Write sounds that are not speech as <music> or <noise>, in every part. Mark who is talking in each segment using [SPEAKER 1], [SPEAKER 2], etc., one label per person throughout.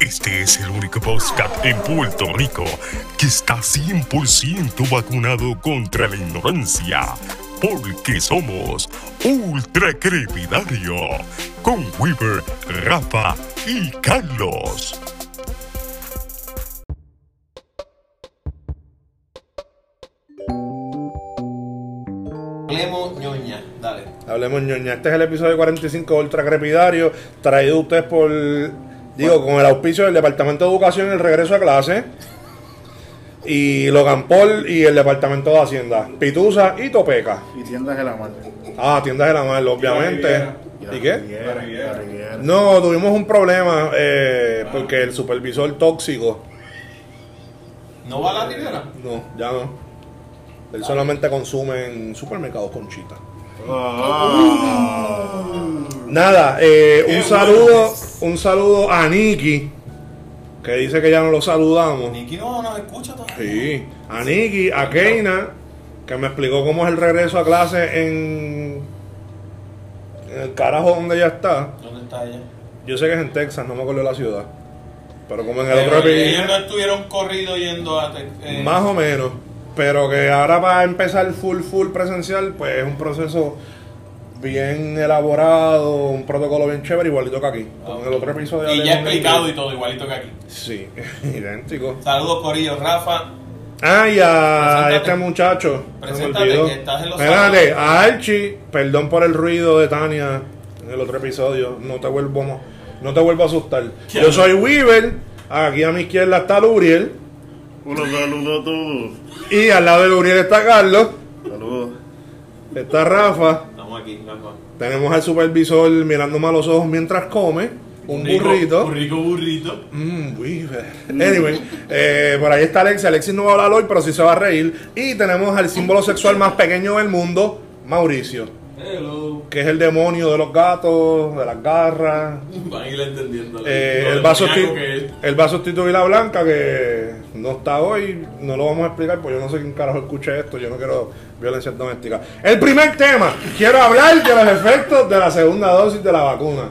[SPEAKER 1] Este es el único podcast en Puerto Rico que está 100% vacunado contra la ignorancia. Porque somos ultra crepidario con Weaver, Rafa y Carlos.
[SPEAKER 2] Hablemos ñoña, dale.
[SPEAKER 3] Hablemos ñoña. Este es el episodio 45 de Ultra Crepidario, traído a ustedes por, digo, con el auspicio del Departamento de Educación y el regreso a clase. Y Logan Paul y el Departamento de Hacienda. Pitusa y Topeca.
[SPEAKER 4] Y tiendas de la madre.
[SPEAKER 3] Ah, tiendas de la mal, obviamente.
[SPEAKER 4] la
[SPEAKER 3] ¿Y qué?
[SPEAKER 4] Riviera, la Riviera.
[SPEAKER 3] No, tuvimos un problema eh, porque el supervisor tóxico,
[SPEAKER 2] ¿No va a la tibera?
[SPEAKER 3] no, ya no. Él solamente consume en supermercados con chita. Nada, eh, un saludo, un saludo a Nikki, que dice que ya no lo saludamos.
[SPEAKER 2] Niki no nos escucha todavía.
[SPEAKER 3] Sí, a Nikki, a Keina, que me explicó cómo es el regreso a clase en, en el carajo donde ella está.
[SPEAKER 2] ¿Dónde está ella?
[SPEAKER 3] Yo sé que es en Texas, no me acuerdo la ciudad. Pero como en el
[SPEAKER 2] Pero
[SPEAKER 3] otro
[SPEAKER 2] ellos no
[SPEAKER 3] episodio,
[SPEAKER 2] estuvieron corrido yendo a. te- eh,
[SPEAKER 3] más o menos. Pero que ahora para empezar full, full presencial, pues es un proceso bien elaborado, un protocolo bien chévere, igualito que aquí. Como en el otro episodio.
[SPEAKER 2] Y ya
[SPEAKER 3] hablamos de-
[SPEAKER 2] explicado y todo, igualito que aquí.
[SPEAKER 3] Sí, <laughs> idéntico.
[SPEAKER 2] Saludos, Corillo. Rafa,
[SPEAKER 3] Ah, y a
[SPEAKER 2] Preséntate.
[SPEAKER 3] este muchacho. se me
[SPEAKER 2] Preséntate,
[SPEAKER 3] olvidó.
[SPEAKER 2] que estás en los
[SPEAKER 3] Espérate,
[SPEAKER 2] sábados.
[SPEAKER 3] a Archie, perdón por el ruido de Tania en el otro episodio. No te vuelvo, mo- no te vuelvo a asustar.
[SPEAKER 2] ¿Quién?
[SPEAKER 3] Yo soy Weaver, aquí a mi izquierda está Luriel
[SPEAKER 4] Un saludo a todos.
[SPEAKER 3] y al lado de Luriel está Carlos,
[SPEAKER 4] Saludos.
[SPEAKER 3] está Rafa.
[SPEAKER 2] estamos aquí, Rafa.
[SPEAKER 3] Tenemos al supervisor mirándome a los ojos mientras come. Un
[SPEAKER 2] Rico-
[SPEAKER 3] burrito.
[SPEAKER 2] Un rico burrito.
[SPEAKER 3] Mmm, Weaver. Anyway, eh, por ahí está Alexis. Alexis no va a hablar hoy, pero sí se va a reír. Y tenemos al símbolo sexual más pequeño del mundo, Mauricio,
[SPEAKER 2] Hello.
[SPEAKER 3] que es el demonio de los gatos, de las garras.
[SPEAKER 2] Van a ir entendiendo.
[SPEAKER 3] Eh, el, vaso esti- el vaso titular blanca que no está hoy, no lo vamos a explicar porque yo no sé quién carajo escuche esto, yo no quiero violencia doméstica. El primer tema, quiero hablar de los efectos de la segunda dosis de la vacuna.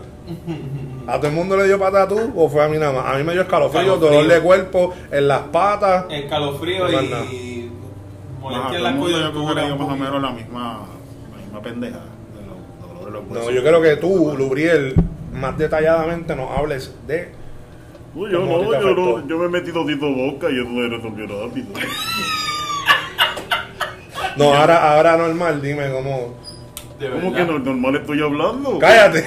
[SPEAKER 3] ¿A todo el mundo le dio patatú o fue a mí nada más? A mí me dio escalofrío, dolor de cuerpo, en las patas.
[SPEAKER 5] Eh,
[SPEAKER 2] El calofrío
[SPEAKER 3] No, no.
[SPEAKER 2] y.
[SPEAKER 4] Ajá,
[SPEAKER 2] Molestia en
[SPEAKER 4] todo el
[SPEAKER 2] la
[SPEAKER 4] mundo yo creo que
[SPEAKER 2] coyuntura.
[SPEAKER 4] dio
[SPEAKER 2] un
[SPEAKER 4] más o
[SPEAKER 2] poquito.
[SPEAKER 4] menos la misma, la misma pendeja de los dolores de los
[SPEAKER 3] No,
[SPEAKER 4] huesos.
[SPEAKER 3] yo creo que tú, Lubriel, más detalladamente nos hables de...
[SPEAKER 5] No, yo
[SPEAKER 3] ¿Cómo a ti
[SPEAKER 5] no,
[SPEAKER 3] te
[SPEAKER 5] yo
[SPEAKER 3] afectó?
[SPEAKER 5] no, yo me he metido tito boca y eso se resolvió rápido.
[SPEAKER 3] No, ahora, ahora normal, dime cómo...
[SPEAKER 2] De
[SPEAKER 5] ¿Cómo
[SPEAKER 2] verdad.
[SPEAKER 5] que no, normal estoy hablando?
[SPEAKER 3] ¡Cállate!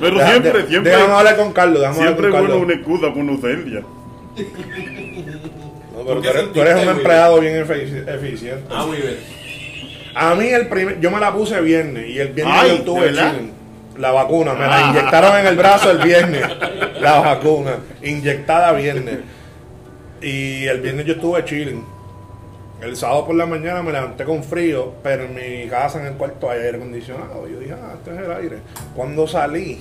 [SPEAKER 5] Pero
[SPEAKER 3] Deja-
[SPEAKER 5] siempre,
[SPEAKER 3] de-
[SPEAKER 5] siempre,
[SPEAKER 3] Déjame hablar con Carlos, déjame hablar
[SPEAKER 5] siempre
[SPEAKER 3] con
[SPEAKER 5] es
[SPEAKER 3] Carlos.
[SPEAKER 5] bueno una excusa con ausencia.
[SPEAKER 3] No,
[SPEAKER 2] ¿Por
[SPEAKER 3] pero tú
[SPEAKER 2] qué
[SPEAKER 3] eres, tú
[SPEAKER 2] sentiste,
[SPEAKER 3] eres un
[SPEAKER 2] Weaver?
[SPEAKER 3] empleado bien efe- eficiente.
[SPEAKER 2] Ah, Weaver.
[SPEAKER 3] A mí el primer, yo me la puse viernes y el viernes
[SPEAKER 5] Ay,
[SPEAKER 3] yo tuve
[SPEAKER 5] ¿de verdad?
[SPEAKER 3] chilling. La vacuna, me la
[SPEAKER 5] Ah.
[SPEAKER 3] inyectaron en el brazo el viernes. La vacuna, inyectada viernes. Y el viernes yo estuve chilling. El sábado por la mañana me levanté con frío, pero en mi casa, en el cuarto, hay aire acondicionado. Yo dije, ah, este es el aire. Cuando salí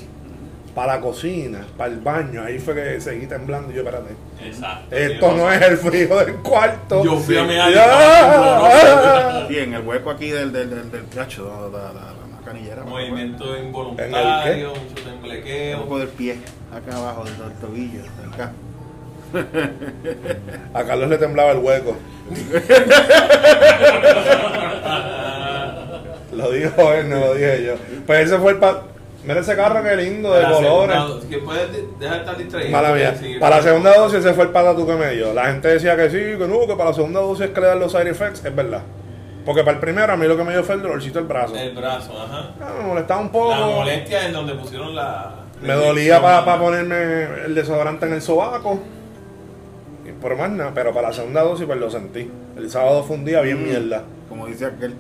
[SPEAKER 3] para la cocina, para el baño, ahí fue que seguí temblando. Y yo, espérate,
[SPEAKER 2] Exacto.
[SPEAKER 3] esto no es el frío del cuarto.
[SPEAKER 2] Yo fui a mear y
[SPEAKER 3] ¡Ah!
[SPEAKER 4] Sí, en el hueco aquí del, del, del, del cacho, la, la, la, la canillera. más o menos.
[SPEAKER 2] Movimiento
[SPEAKER 3] ¿En
[SPEAKER 2] involuntario, mucho
[SPEAKER 4] El
[SPEAKER 2] temblequeo.
[SPEAKER 4] hueco del pie, acá abajo, del, del tobillo, de acá.
[SPEAKER 3] A Carlos le temblaba el hueco.
[SPEAKER 2] <laughs>
[SPEAKER 3] lo dijo él, no lo dije yo. Pues ese fue el pa- Mira ese carro que lindo, de
[SPEAKER 2] Para la
[SPEAKER 3] colores.
[SPEAKER 2] segunda dosis, Que puedes de- dejar de estar distraído.
[SPEAKER 3] Mala mía.
[SPEAKER 2] Sí,
[SPEAKER 3] Para la segunda dosis ese fue el patatú que me dio. La gente decía que sí, que no, que para la segunda dosis es que le dan los side effects. Es verdad. Porque para el primero a mí lo que me dio fue el dolorcito del brazo.
[SPEAKER 2] El brazo, ajá.
[SPEAKER 3] Ah, me molestaba un
[SPEAKER 2] Eh, La
[SPEAKER 3] poco.
[SPEAKER 2] molestia en donde pusieron la.
[SPEAKER 3] Me dolía para ponerme el desodorante en el sobaco. Y por más nada, pero para la segunda dosis pues lo sentí. El sábado fue un día bien mierda.
[SPEAKER 4] Como dice aquel.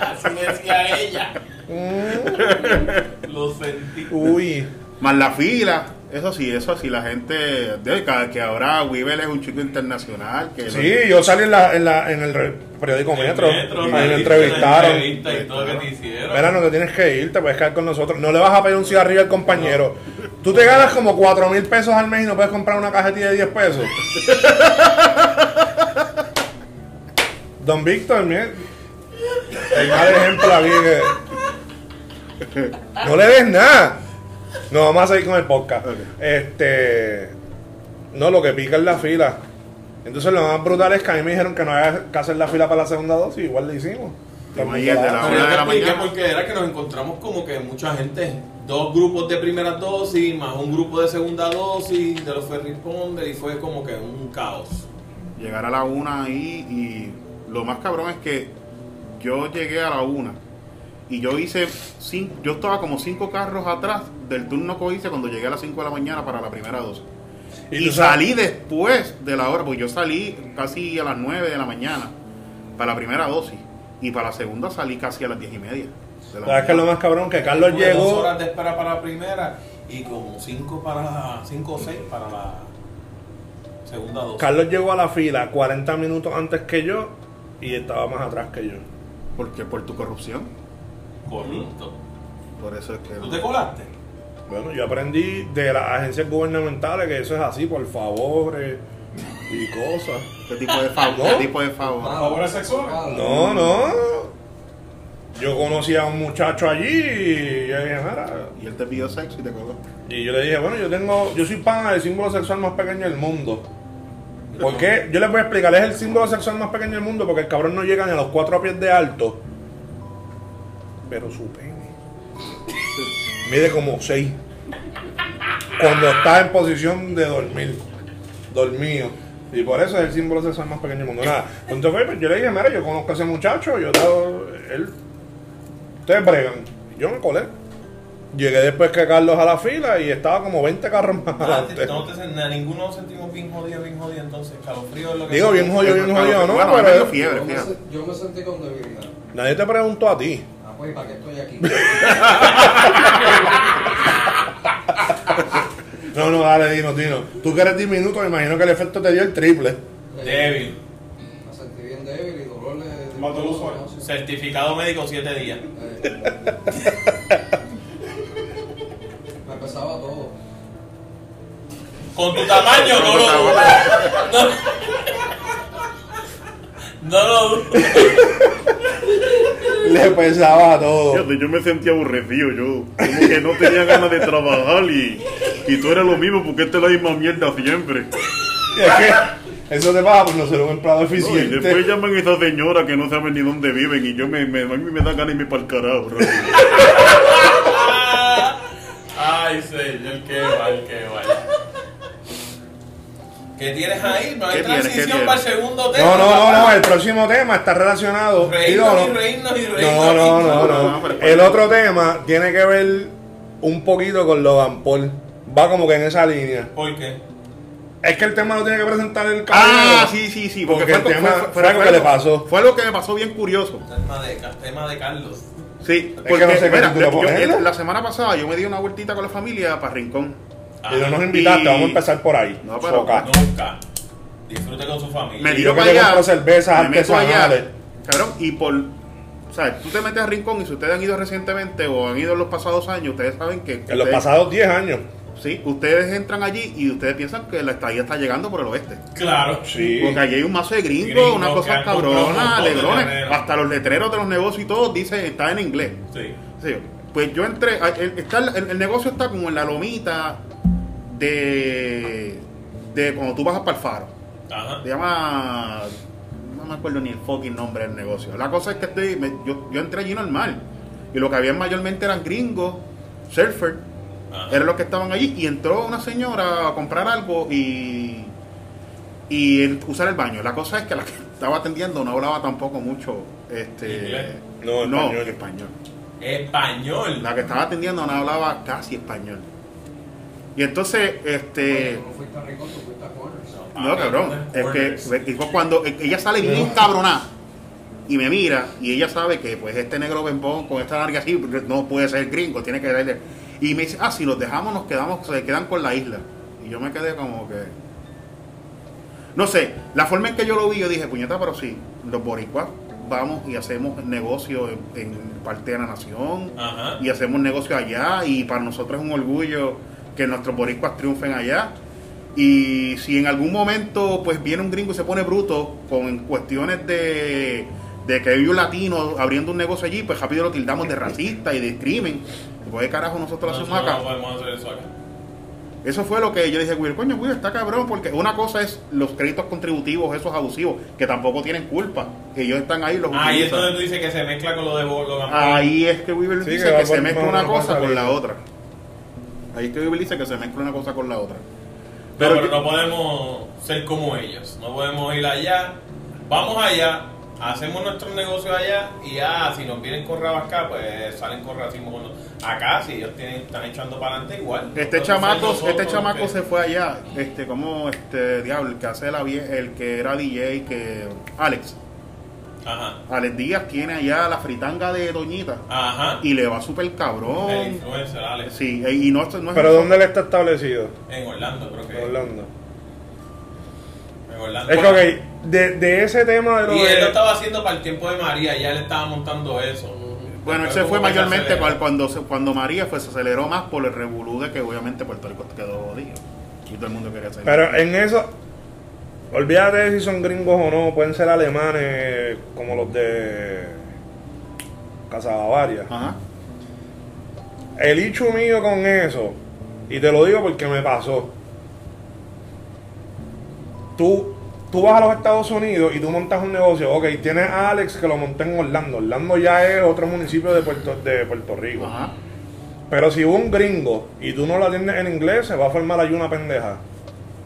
[SPEAKER 2] Así me decía ella.
[SPEAKER 3] Mm.
[SPEAKER 2] Lo sentí.
[SPEAKER 3] <laughs> Uy,
[SPEAKER 4] Más la fila, eso sí, eso sí, la gente, de, que- que ahora Weaver es un chico internacional. Que
[SPEAKER 3] sí, yo salí en, la, en, la, en el re- periódico Metro, y
[SPEAKER 2] me
[SPEAKER 3] me
[SPEAKER 2] diste
[SPEAKER 3] entrevistaron.
[SPEAKER 2] la entrevista y todo que te hicieron.
[SPEAKER 3] Mira, no te tienes que ir, te puedes quedar con nosotros. No le vas a pedir un cigarrillo al compañero. Tú te ganas como 4 mil pesos al mes y no puedes comprar una cajetilla de 10 pesos. Don Víctor, mire, el mal ejemplo aquí que... No le des nada. No, vamos a seguir con el podcast.
[SPEAKER 4] Ok.
[SPEAKER 3] Este. No, lo que pica es la fila. Entonces lo más brutal es que a mí me dijeron que no había que hacer la fila para la segunda dosis, igual le hicimos.
[SPEAKER 4] Imagínate, la-
[SPEAKER 2] Pero
[SPEAKER 4] una
[SPEAKER 2] yo
[SPEAKER 4] de
[SPEAKER 2] te
[SPEAKER 4] la
[SPEAKER 2] expliqué
[SPEAKER 4] mañana.
[SPEAKER 2] porque era que nos encontramos como que mucha gente, dos grupos de primera dosis, más un grupo de segunda dosis, de los ferry responder y fue como que un caos.
[SPEAKER 4] Llegar a la una ahí y lo más cabrón es que yo llegué a la una y yo hice cinco, yo estaba como cinco carros atrás del turno que hice cuando llegué a las 5 de la mañana para la primera dosis. Y,
[SPEAKER 3] tú sabes-
[SPEAKER 4] salí después de la hora, porque yo salí casi a las 9 de la mañana para la primera dosis. Y para la segunda salí casi a las 10 y media. de la
[SPEAKER 3] ¿Sabes qué es lo
[SPEAKER 4] mañana.
[SPEAKER 3] más cabrón? Que Carlos
[SPEAKER 2] Tuve Dos
[SPEAKER 3] llegó.
[SPEAKER 2] horas de espera para la primera y como cinco para la- cinco o seis para la segunda dosis.
[SPEAKER 3] Carlos llegó a la fila 40 minutos antes que yo y estaba más atrás que yo.
[SPEAKER 4] Porque por tu corrupción.
[SPEAKER 2] Corrupto.
[SPEAKER 4] Por eso es que.
[SPEAKER 2] ¿Tú te colaste?
[SPEAKER 3] Bueno, yo aprendí de las agencias gubernamentales que eso es así, por favor eh, y cosas.
[SPEAKER 4] ¿Qué Este tipo de favor?
[SPEAKER 3] ¿No?
[SPEAKER 4] ¿Qué tipo de favor?
[SPEAKER 2] ¿Ahora sexuales?
[SPEAKER 3] No, no. Yo conocí a un muchacho allí y yo dije, "Mira",
[SPEAKER 4] Y él te pidió sexo y te coló.
[SPEAKER 3] y yo le dije, bueno, yo tengo, yo soy pana del símbolo sexual más pequeño del mundo. ¿Por qué? Yo les voy a explicar, es el símbolo sexual más pequeño del mundo porque el cabrón no llega ni a los cuatro pies de alto. Pero su pene mide como seis. Cuando está en posición de dormir. Dormido. Y por eso es el símbolo sexual más pequeño del mundo. Nada. Entonces pues, yo le dije, mira, yo conozco a ese muchacho, yo te- él. Ustedes bregan. Yo me colé. Llegué después que Carlos a la fila y estaba como 20 carros más
[SPEAKER 2] Ah,
[SPEAKER 3] adelante.
[SPEAKER 2] te- no te, a ninguno nos sentimos bien jodidos, bien jodidos, entonces calofrío es lo que
[SPEAKER 3] Digo, bien jodido, bien jodido, ¿no?
[SPEAKER 4] Bueno, me dio
[SPEAKER 3] Pero
[SPEAKER 4] fiebre,
[SPEAKER 6] yo, me,
[SPEAKER 4] fíjate.
[SPEAKER 6] se- yo me sentí con debilidad.
[SPEAKER 3] nadie te preguntó a ti.
[SPEAKER 6] Ah, pues, ¿para qué
[SPEAKER 4] <laughs>
[SPEAKER 6] estoy aquí?
[SPEAKER 3] No, no, dale, Dino, Dino. Tú que eres diminuto, me imagino que el efecto te dio el triple.
[SPEAKER 2] Débil.
[SPEAKER 6] Eh, Me sentí bien débil y dolor de... de-
[SPEAKER 5] Mató el ¿eh? usuario.
[SPEAKER 6] no, sí.
[SPEAKER 2] Certificado médico 7 días.
[SPEAKER 6] Eh, <laughs> me pesaba todo.
[SPEAKER 2] Con tu tamaño <laughs> no lo dudo. <laughs> No lo dudo.
[SPEAKER 3] Le pesaba todo.
[SPEAKER 5] Fíjate, yo me sentía aburrido yo. Como que no tenía ganas de trabajar y, y tú eres lo mismo porque esta es la misma mierda siempre.
[SPEAKER 3] Y es que eso te pasa por no ser un empleado
[SPEAKER 5] No, y
[SPEAKER 4] este
[SPEAKER 5] después
[SPEAKER 3] eficiente.
[SPEAKER 5] llaman a esa señora que no sabe ni dónde viven y yo me, me- a mí me da ganas y me pa'l carajo. rápido.
[SPEAKER 2] Ay, señor, qué mal, qué mal. ¿Qué tienes ahí? No hay
[SPEAKER 4] ¿Qué tienes?
[SPEAKER 2] transición
[SPEAKER 4] ¿Qué tienes?
[SPEAKER 2] para el segundo tema.
[SPEAKER 3] No, no, no, no,
[SPEAKER 2] papá.
[SPEAKER 3] el próximo tema está relacionado. Digo,
[SPEAKER 2] Reírnos y
[SPEAKER 3] no.
[SPEAKER 2] reírnos y reírnos.
[SPEAKER 3] No, no,
[SPEAKER 2] aquí.
[SPEAKER 3] no,
[SPEAKER 4] No, no,
[SPEAKER 3] no.
[SPEAKER 4] pero ¿cuál?
[SPEAKER 3] El otro tema tiene que ver un poquito con Logan Paul. Va como que en esa línea.
[SPEAKER 2] ¿Por qué?
[SPEAKER 3] Es que el tema lo tiene que presentar el caballero.
[SPEAKER 4] Ah, sí, sí, sí. Porque,
[SPEAKER 3] Porque
[SPEAKER 4] fue,
[SPEAKER 3] el
[SPEAKER 4] algo-
[SPEAKER 3] tema
[SPEAKER 4] fue-
[SPEAKER 3] fue algo que le pasó.
[SPEAKER 4] Fue algo que me pasó bien curioso.
[SPEAKER 2] Tema de, tema de Carlos.
[SPEAKER 4] Sí,
[SPEAKER 3] que
[SPEAKER 4] porque
[SPEAKER 3] no sé qué
[SPEAKER 4] mira,
[SPEAKER 3] título
[SPEAKER 4] yo-
[SPEAKER 3] ponerle.
[SPEAKER 4] la semana pasada yo me di una vueltita con la familia para Rincón.
[SPEAKER 3] Y no nos invitaste,
[SPEAKER 4] Y-
[SPEAKER 3] vamos a empezar por ahí.
[SPEAKER 4] Ah, No, pero-
[SPEAKER 3] Soca.
[SPEAKER 2] Ah, Nunca. Disfrute con su
[SPEAKER 4] me
[SPEAKER 2] familia.
[SPEAKER 3] Y
[SPEAKER 4] tiro
[SPEAKER 3] yo que te
[SPEAKER 4] para allá,
[SPEAKER 3] compro cervezas
[SPEAKER 4] me meto
[SPEAKER 3] artesanales.
[SPEAKER 4] allá, cabrón, y por, o sea, tú te metes a Rincón y si ustedes han ido recientemente o han ido en los pasados años, ustedes saben que
[SPEAKER 3] En los
[SPEAKER 4] ustedes-
[SPEAKER 3] pasados 10 años.
[SPEAKER 4] sí, ustedes entran allí y ustedes piensan que la estadía está llegando por el oeste.
[SPEAKER 2] Claro.
[SPEAKER 3] Sí.
[SPEAKER 4] Porque allí hay un mazo de gringos,
[SPEAKER 2] Gringos
[SPEAKER 4] unas
[SPEAKER 2] que
[SPEAKER 4] cosas
[SPEAKER 2] han comprado un
[SPEAKER 4] cabronas,
[SPEAKER 2] montón de
[SPEAKER 4] alegrones,
[SPEAKER 2] letreros.
[SPEAKER 4] hasta los letreros de los negocios y todo dice está en inglés.
[SPEAKER 2] Sí.
[SPEAKER 4] Sí, pues yo entré, a- el, está- el- el negocio está como en la lomita de, de cuando tú bajas para el faro.
[SPEAKER 2] Ajá.
[SPEAKER 4] Se llama. No me acuerdo ni el fucking nombre del negocio. La cosa es que estoy, me- yo, yo entré allí normal. Y lo que había mayormente eran gringos, surfer,
[SPEAKER 2] Ajá.
[SPEAKER 4] eran los que estaban allí. Y entró una señora a comprar algo y. y el- usar el baño. La cosa es que la que estaba atendiendo no hablaba tampoco mucho.
[SPEAKER 2] ¿Inglés?
[SPEAKER 4] Este,
[SPEAKER 3] No, español.
[SPEAKER 4] español.
[SPEAKER 2] Español.
[SPEAKER 4] La que estaba atendiendo no hablaba casi español. Y entonces, este.
[SPEAKER 6] Oye, tú no fuiste a Rincón, tú fuiste a Corners.
[SPEAKER 4] No, cabrón. Es que y fue cuando e, ella sale bien
[SPEAKER 3] No.
[SPEAKER 4] cabronada y me mira y ella sabe que pues este negro bembón con esta larga así no puede ser gringo, tiene que darle. Y me dice, ah, si los dejamos nos quedamos, se quedan con la isla. Y yo me quedé como que... No sé, la forma en que yo lo vi, yo dije, puñeta, pero sí, los boricuas vamos y hacemos negocio en, en parte de la nación
[SPEAKER 2] Ajá.
[SPEAKER 4] y hacemos negocio allá y para nosotros es un orgullo que nuestros boricuas triunfen allá y si en algún momento pues viene un gringo y se pone bruto con cuestiones de, de que hay un latino abriendo un negocio allí pues rápido lo tildamos de racista y de crimen ¿Por qué carajo nosotros la hacemos
[SPEAKER 2] Nosotros
[SPEAKER 4] acá?
[SPEAKER 2] no podemos hacer eso acá.
[SPEAKER 4] Eso fue lo que yo dije, Will, coño, Will, está cabrón, porque una cosa es los créditos contributivos, esos abusivos, que tampoco tienen culpa, que ellos están ahí, los
[SPEAKER 2] Ahí es
[SPEAKER 4] utilizan.
[SPEAKER 2] donde tú dices que se mezcla con lo de
[SPEAKER 3] Ah,
[SPEAKER 2] Borgo.
[SPEAKER 4] Ahí es que Weaver
[SPEAKER 3] Sí,
[SPEAKER 4] dice
[SPEAKER 3] que
[SPEAKER 4] que,
[SPEAKER 3] va por-
[SPEAKER 4] se mezcla
[SPEAKER 3] no,
[SPEAKER 4] una
[SPEAKER 3] no
[SPEAKER 4] cosa
[SPEAKER 3] pasa
[SPEAKER 4] con la
[SPEAKER 3] bien.
[SPEAKER 4] otra. Ahí es que Weaver dice que se mezcla una cosa con la otra.
[SPEAKER 2] Pero,
[SPEAKER 4] Pero
[SPEAKER 2] pero
[SPEAKER 4] yo-
[SPEAKER 2] no podemos ser como ellos. No podemos ir allá. Vamos allá, hacemos nuestros negocios allá y ah, si nos vienen con rabas acá, pues salen con racismo con nosotros. Acá, si ellos tienen, están echando para adelante, igual.
[SPEAKER 4] Este
[SPEAKER 2] Nosotros
[SPEAKER 4] chamaco,
[SPEAKER 2] somos
[SPEAKER 4] este
[SPEAKER 2] nosotros,
[SPEAKER 4] chamaco
[SPEAKER 2] que-
[SPEAKER 4] se fue allá, este, como este diablo, el que hace la vie- el que era DJ, que Alex,
[SPEAKER 2] Ajá.
[SPEAKER 4] Alex Díaz tiene allá la fritanga de Doñita
[SPEAKER 2] Ajá.
[SPEAKER 4] y le va súper cabrón.
[SPEAKER 2] El influencer, Alex.
[SPEAKER 4] Sí, eh, y no, esto no es
[SPEAKER 3] Pero ¿dónde él está establecido?
[SPEAKER 2] En Orlando, creo que.
[SPEAKER 3] Orlando.
[SPEAKER 2] En Orlando.
[SPEAKER 3] Es que, ok, de, de ese tema de lo
[SPEAKER 2] Y él lo
[SPEAKER 3] de...
[SPEAKER 2] estaba haciendo para el tiempo de María, ya le estaba montando eso.
[SPEAKER 4] Bueno, él
[SPEAKER 2] Después
[SPEAKER 4] se fue
[SPEAKER 2] como que
[SPEAKER 4] mayormente
[SPEAKER 2] aceleró.
[SPEAKER 4] cual- cuando, se- cuando María fue, se aceleró más por el revolú de que obviamente Puerto Rico quedó jodido. Y todo el mundo quería salir.
[SPEAKER 3] Pero en eso, olvídate de si son gringos o no, pueden ser alemanes como los de Casa Bavaria.
[SPEAKER 4] Ajá.
[SPEAKER 3] El hecho mío con eso, y te lo digo porque me pasó. Tú, tú vas a los Estados Unidos y tú montas un negocio, ok, tienes a Alex que lo monté en Orlando. Orlando ya es otro municipio de Puerto, de Puerto Rico.
[SPEAKER 4] Ajá.
[SPEAKER 3] Pero si hubo un gringo y tú no lo atiendes en inglés, se va a formar ahí una pendeja.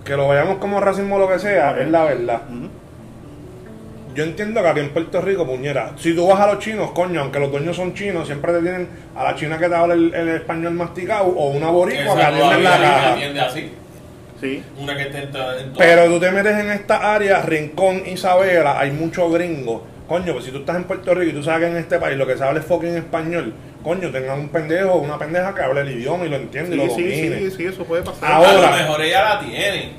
[SPEAKER 3] Que lo veamos como racismo o lo que sea, es la verdad.
[SPEAKER 4] Ujú.
[SPEAKER 3] Yo entiendo que aquí en Puerto Rico, puñera, si tú vas a los chinos, coño, aunque los dueños son chinos, siempre te tienen a la china que te habla el, el español masticado o una boricua que
[SPEAKER 2] Esa
[SPEAKER 3] atiende en la
[SPEAKER 2] todavía se
[SPEAKER 3] caja.
[SPEAKER 2] atiende así.
[SPEAKER 4] Sí.
[SPEAKER 2] Una que te entra en todo.
[SPEAKER 3] Pero tú te metes en esta área, Rincón, Isabela, hay muchos gringos. Coño, pues si tú estás en Puerto Rico y tú sabes que en este país lo que se habla es fucking español, coño, tengan un pendejo o una pendeja que hable el idioma y lo entienda y
[SPEAKER 4] Sí,
[SPEAKER 3] lo
[SPEAKER 4] sí,
[SPEAKER 3] domine.
[SPEAKER 4] sí, sí, eso puede pasar.
[SPEAKER 3] Ahora-
[SPEAKER 2] A lo mejor ella la tiene.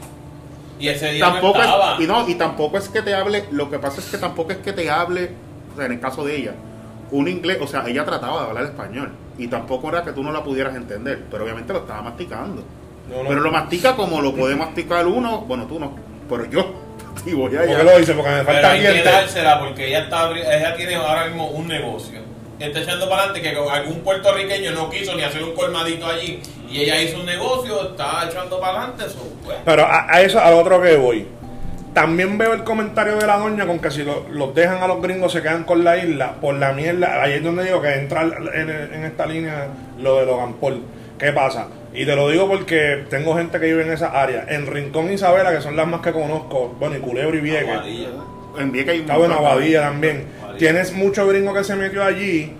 [SPEAKER 2] Y ese día
[SPEAKER 4] tampoco
[SPEAKER 2] no estaba.
[SPEAKER 4] es, y no, y tampoco es que te hable, lo que pasa es que tampoco es que te hable, o sea, en el caso de ella, un inglés, o sea, ella trataba de hablar español y tampoco era que tú no la pudieras entender, pero obviamente lo estaba masticando.
[SPEAKER 3] No, no.
[SPEAKER 4] Pero lo mastica como lo puede masticar uno, bueno, tú no, pero yo, <laughs> y voy
[SPEAKER 3] ¿Por
[SPEAKER 4] allá.
[SPEAKER 3] qué lo dice? Porque me
[SPEAKER 2] Pero
[SPEAKER 3] falta
[SPEAKER 2] hay que
[SPEAKER 3] dientes.
[SPEAKER 2] dársela porque ella, está, abri- ella tiene ahora mismo un negocio. Está echando para adelante que algún puertorriqueño no quiso ni hacer un colmadito allí. Y ella hizo un negocio, está echando para adelante. so, pues,
[SPEAKER 3] Pero a, a eso, al otro que voy. También veo el comentario de la doña con que si lo- los dejan a los gringos se quedan con la isla por la mierda. Ahí es donde digo que entra en, en esta línea lo de Logan Paul. ¿Qué pasa? Y te lo digo porque tengo gente que vive en esa área. En Rincón y Isabela, que son las más que conozco, bueno, y Culebro y Vieques.
[SPEAKER 2] aguadilla.
[SPEAKER 4] En Vieques hay un
[SPEAKER 3] Cabo en
[SPEAKER 4] montón.
[SPEAKER 3] Aguadilla Ah, también.
[SPEAKER 2] Aguadilla.
[SPEAKER 3] Tienes mucho gringo que se metió allí.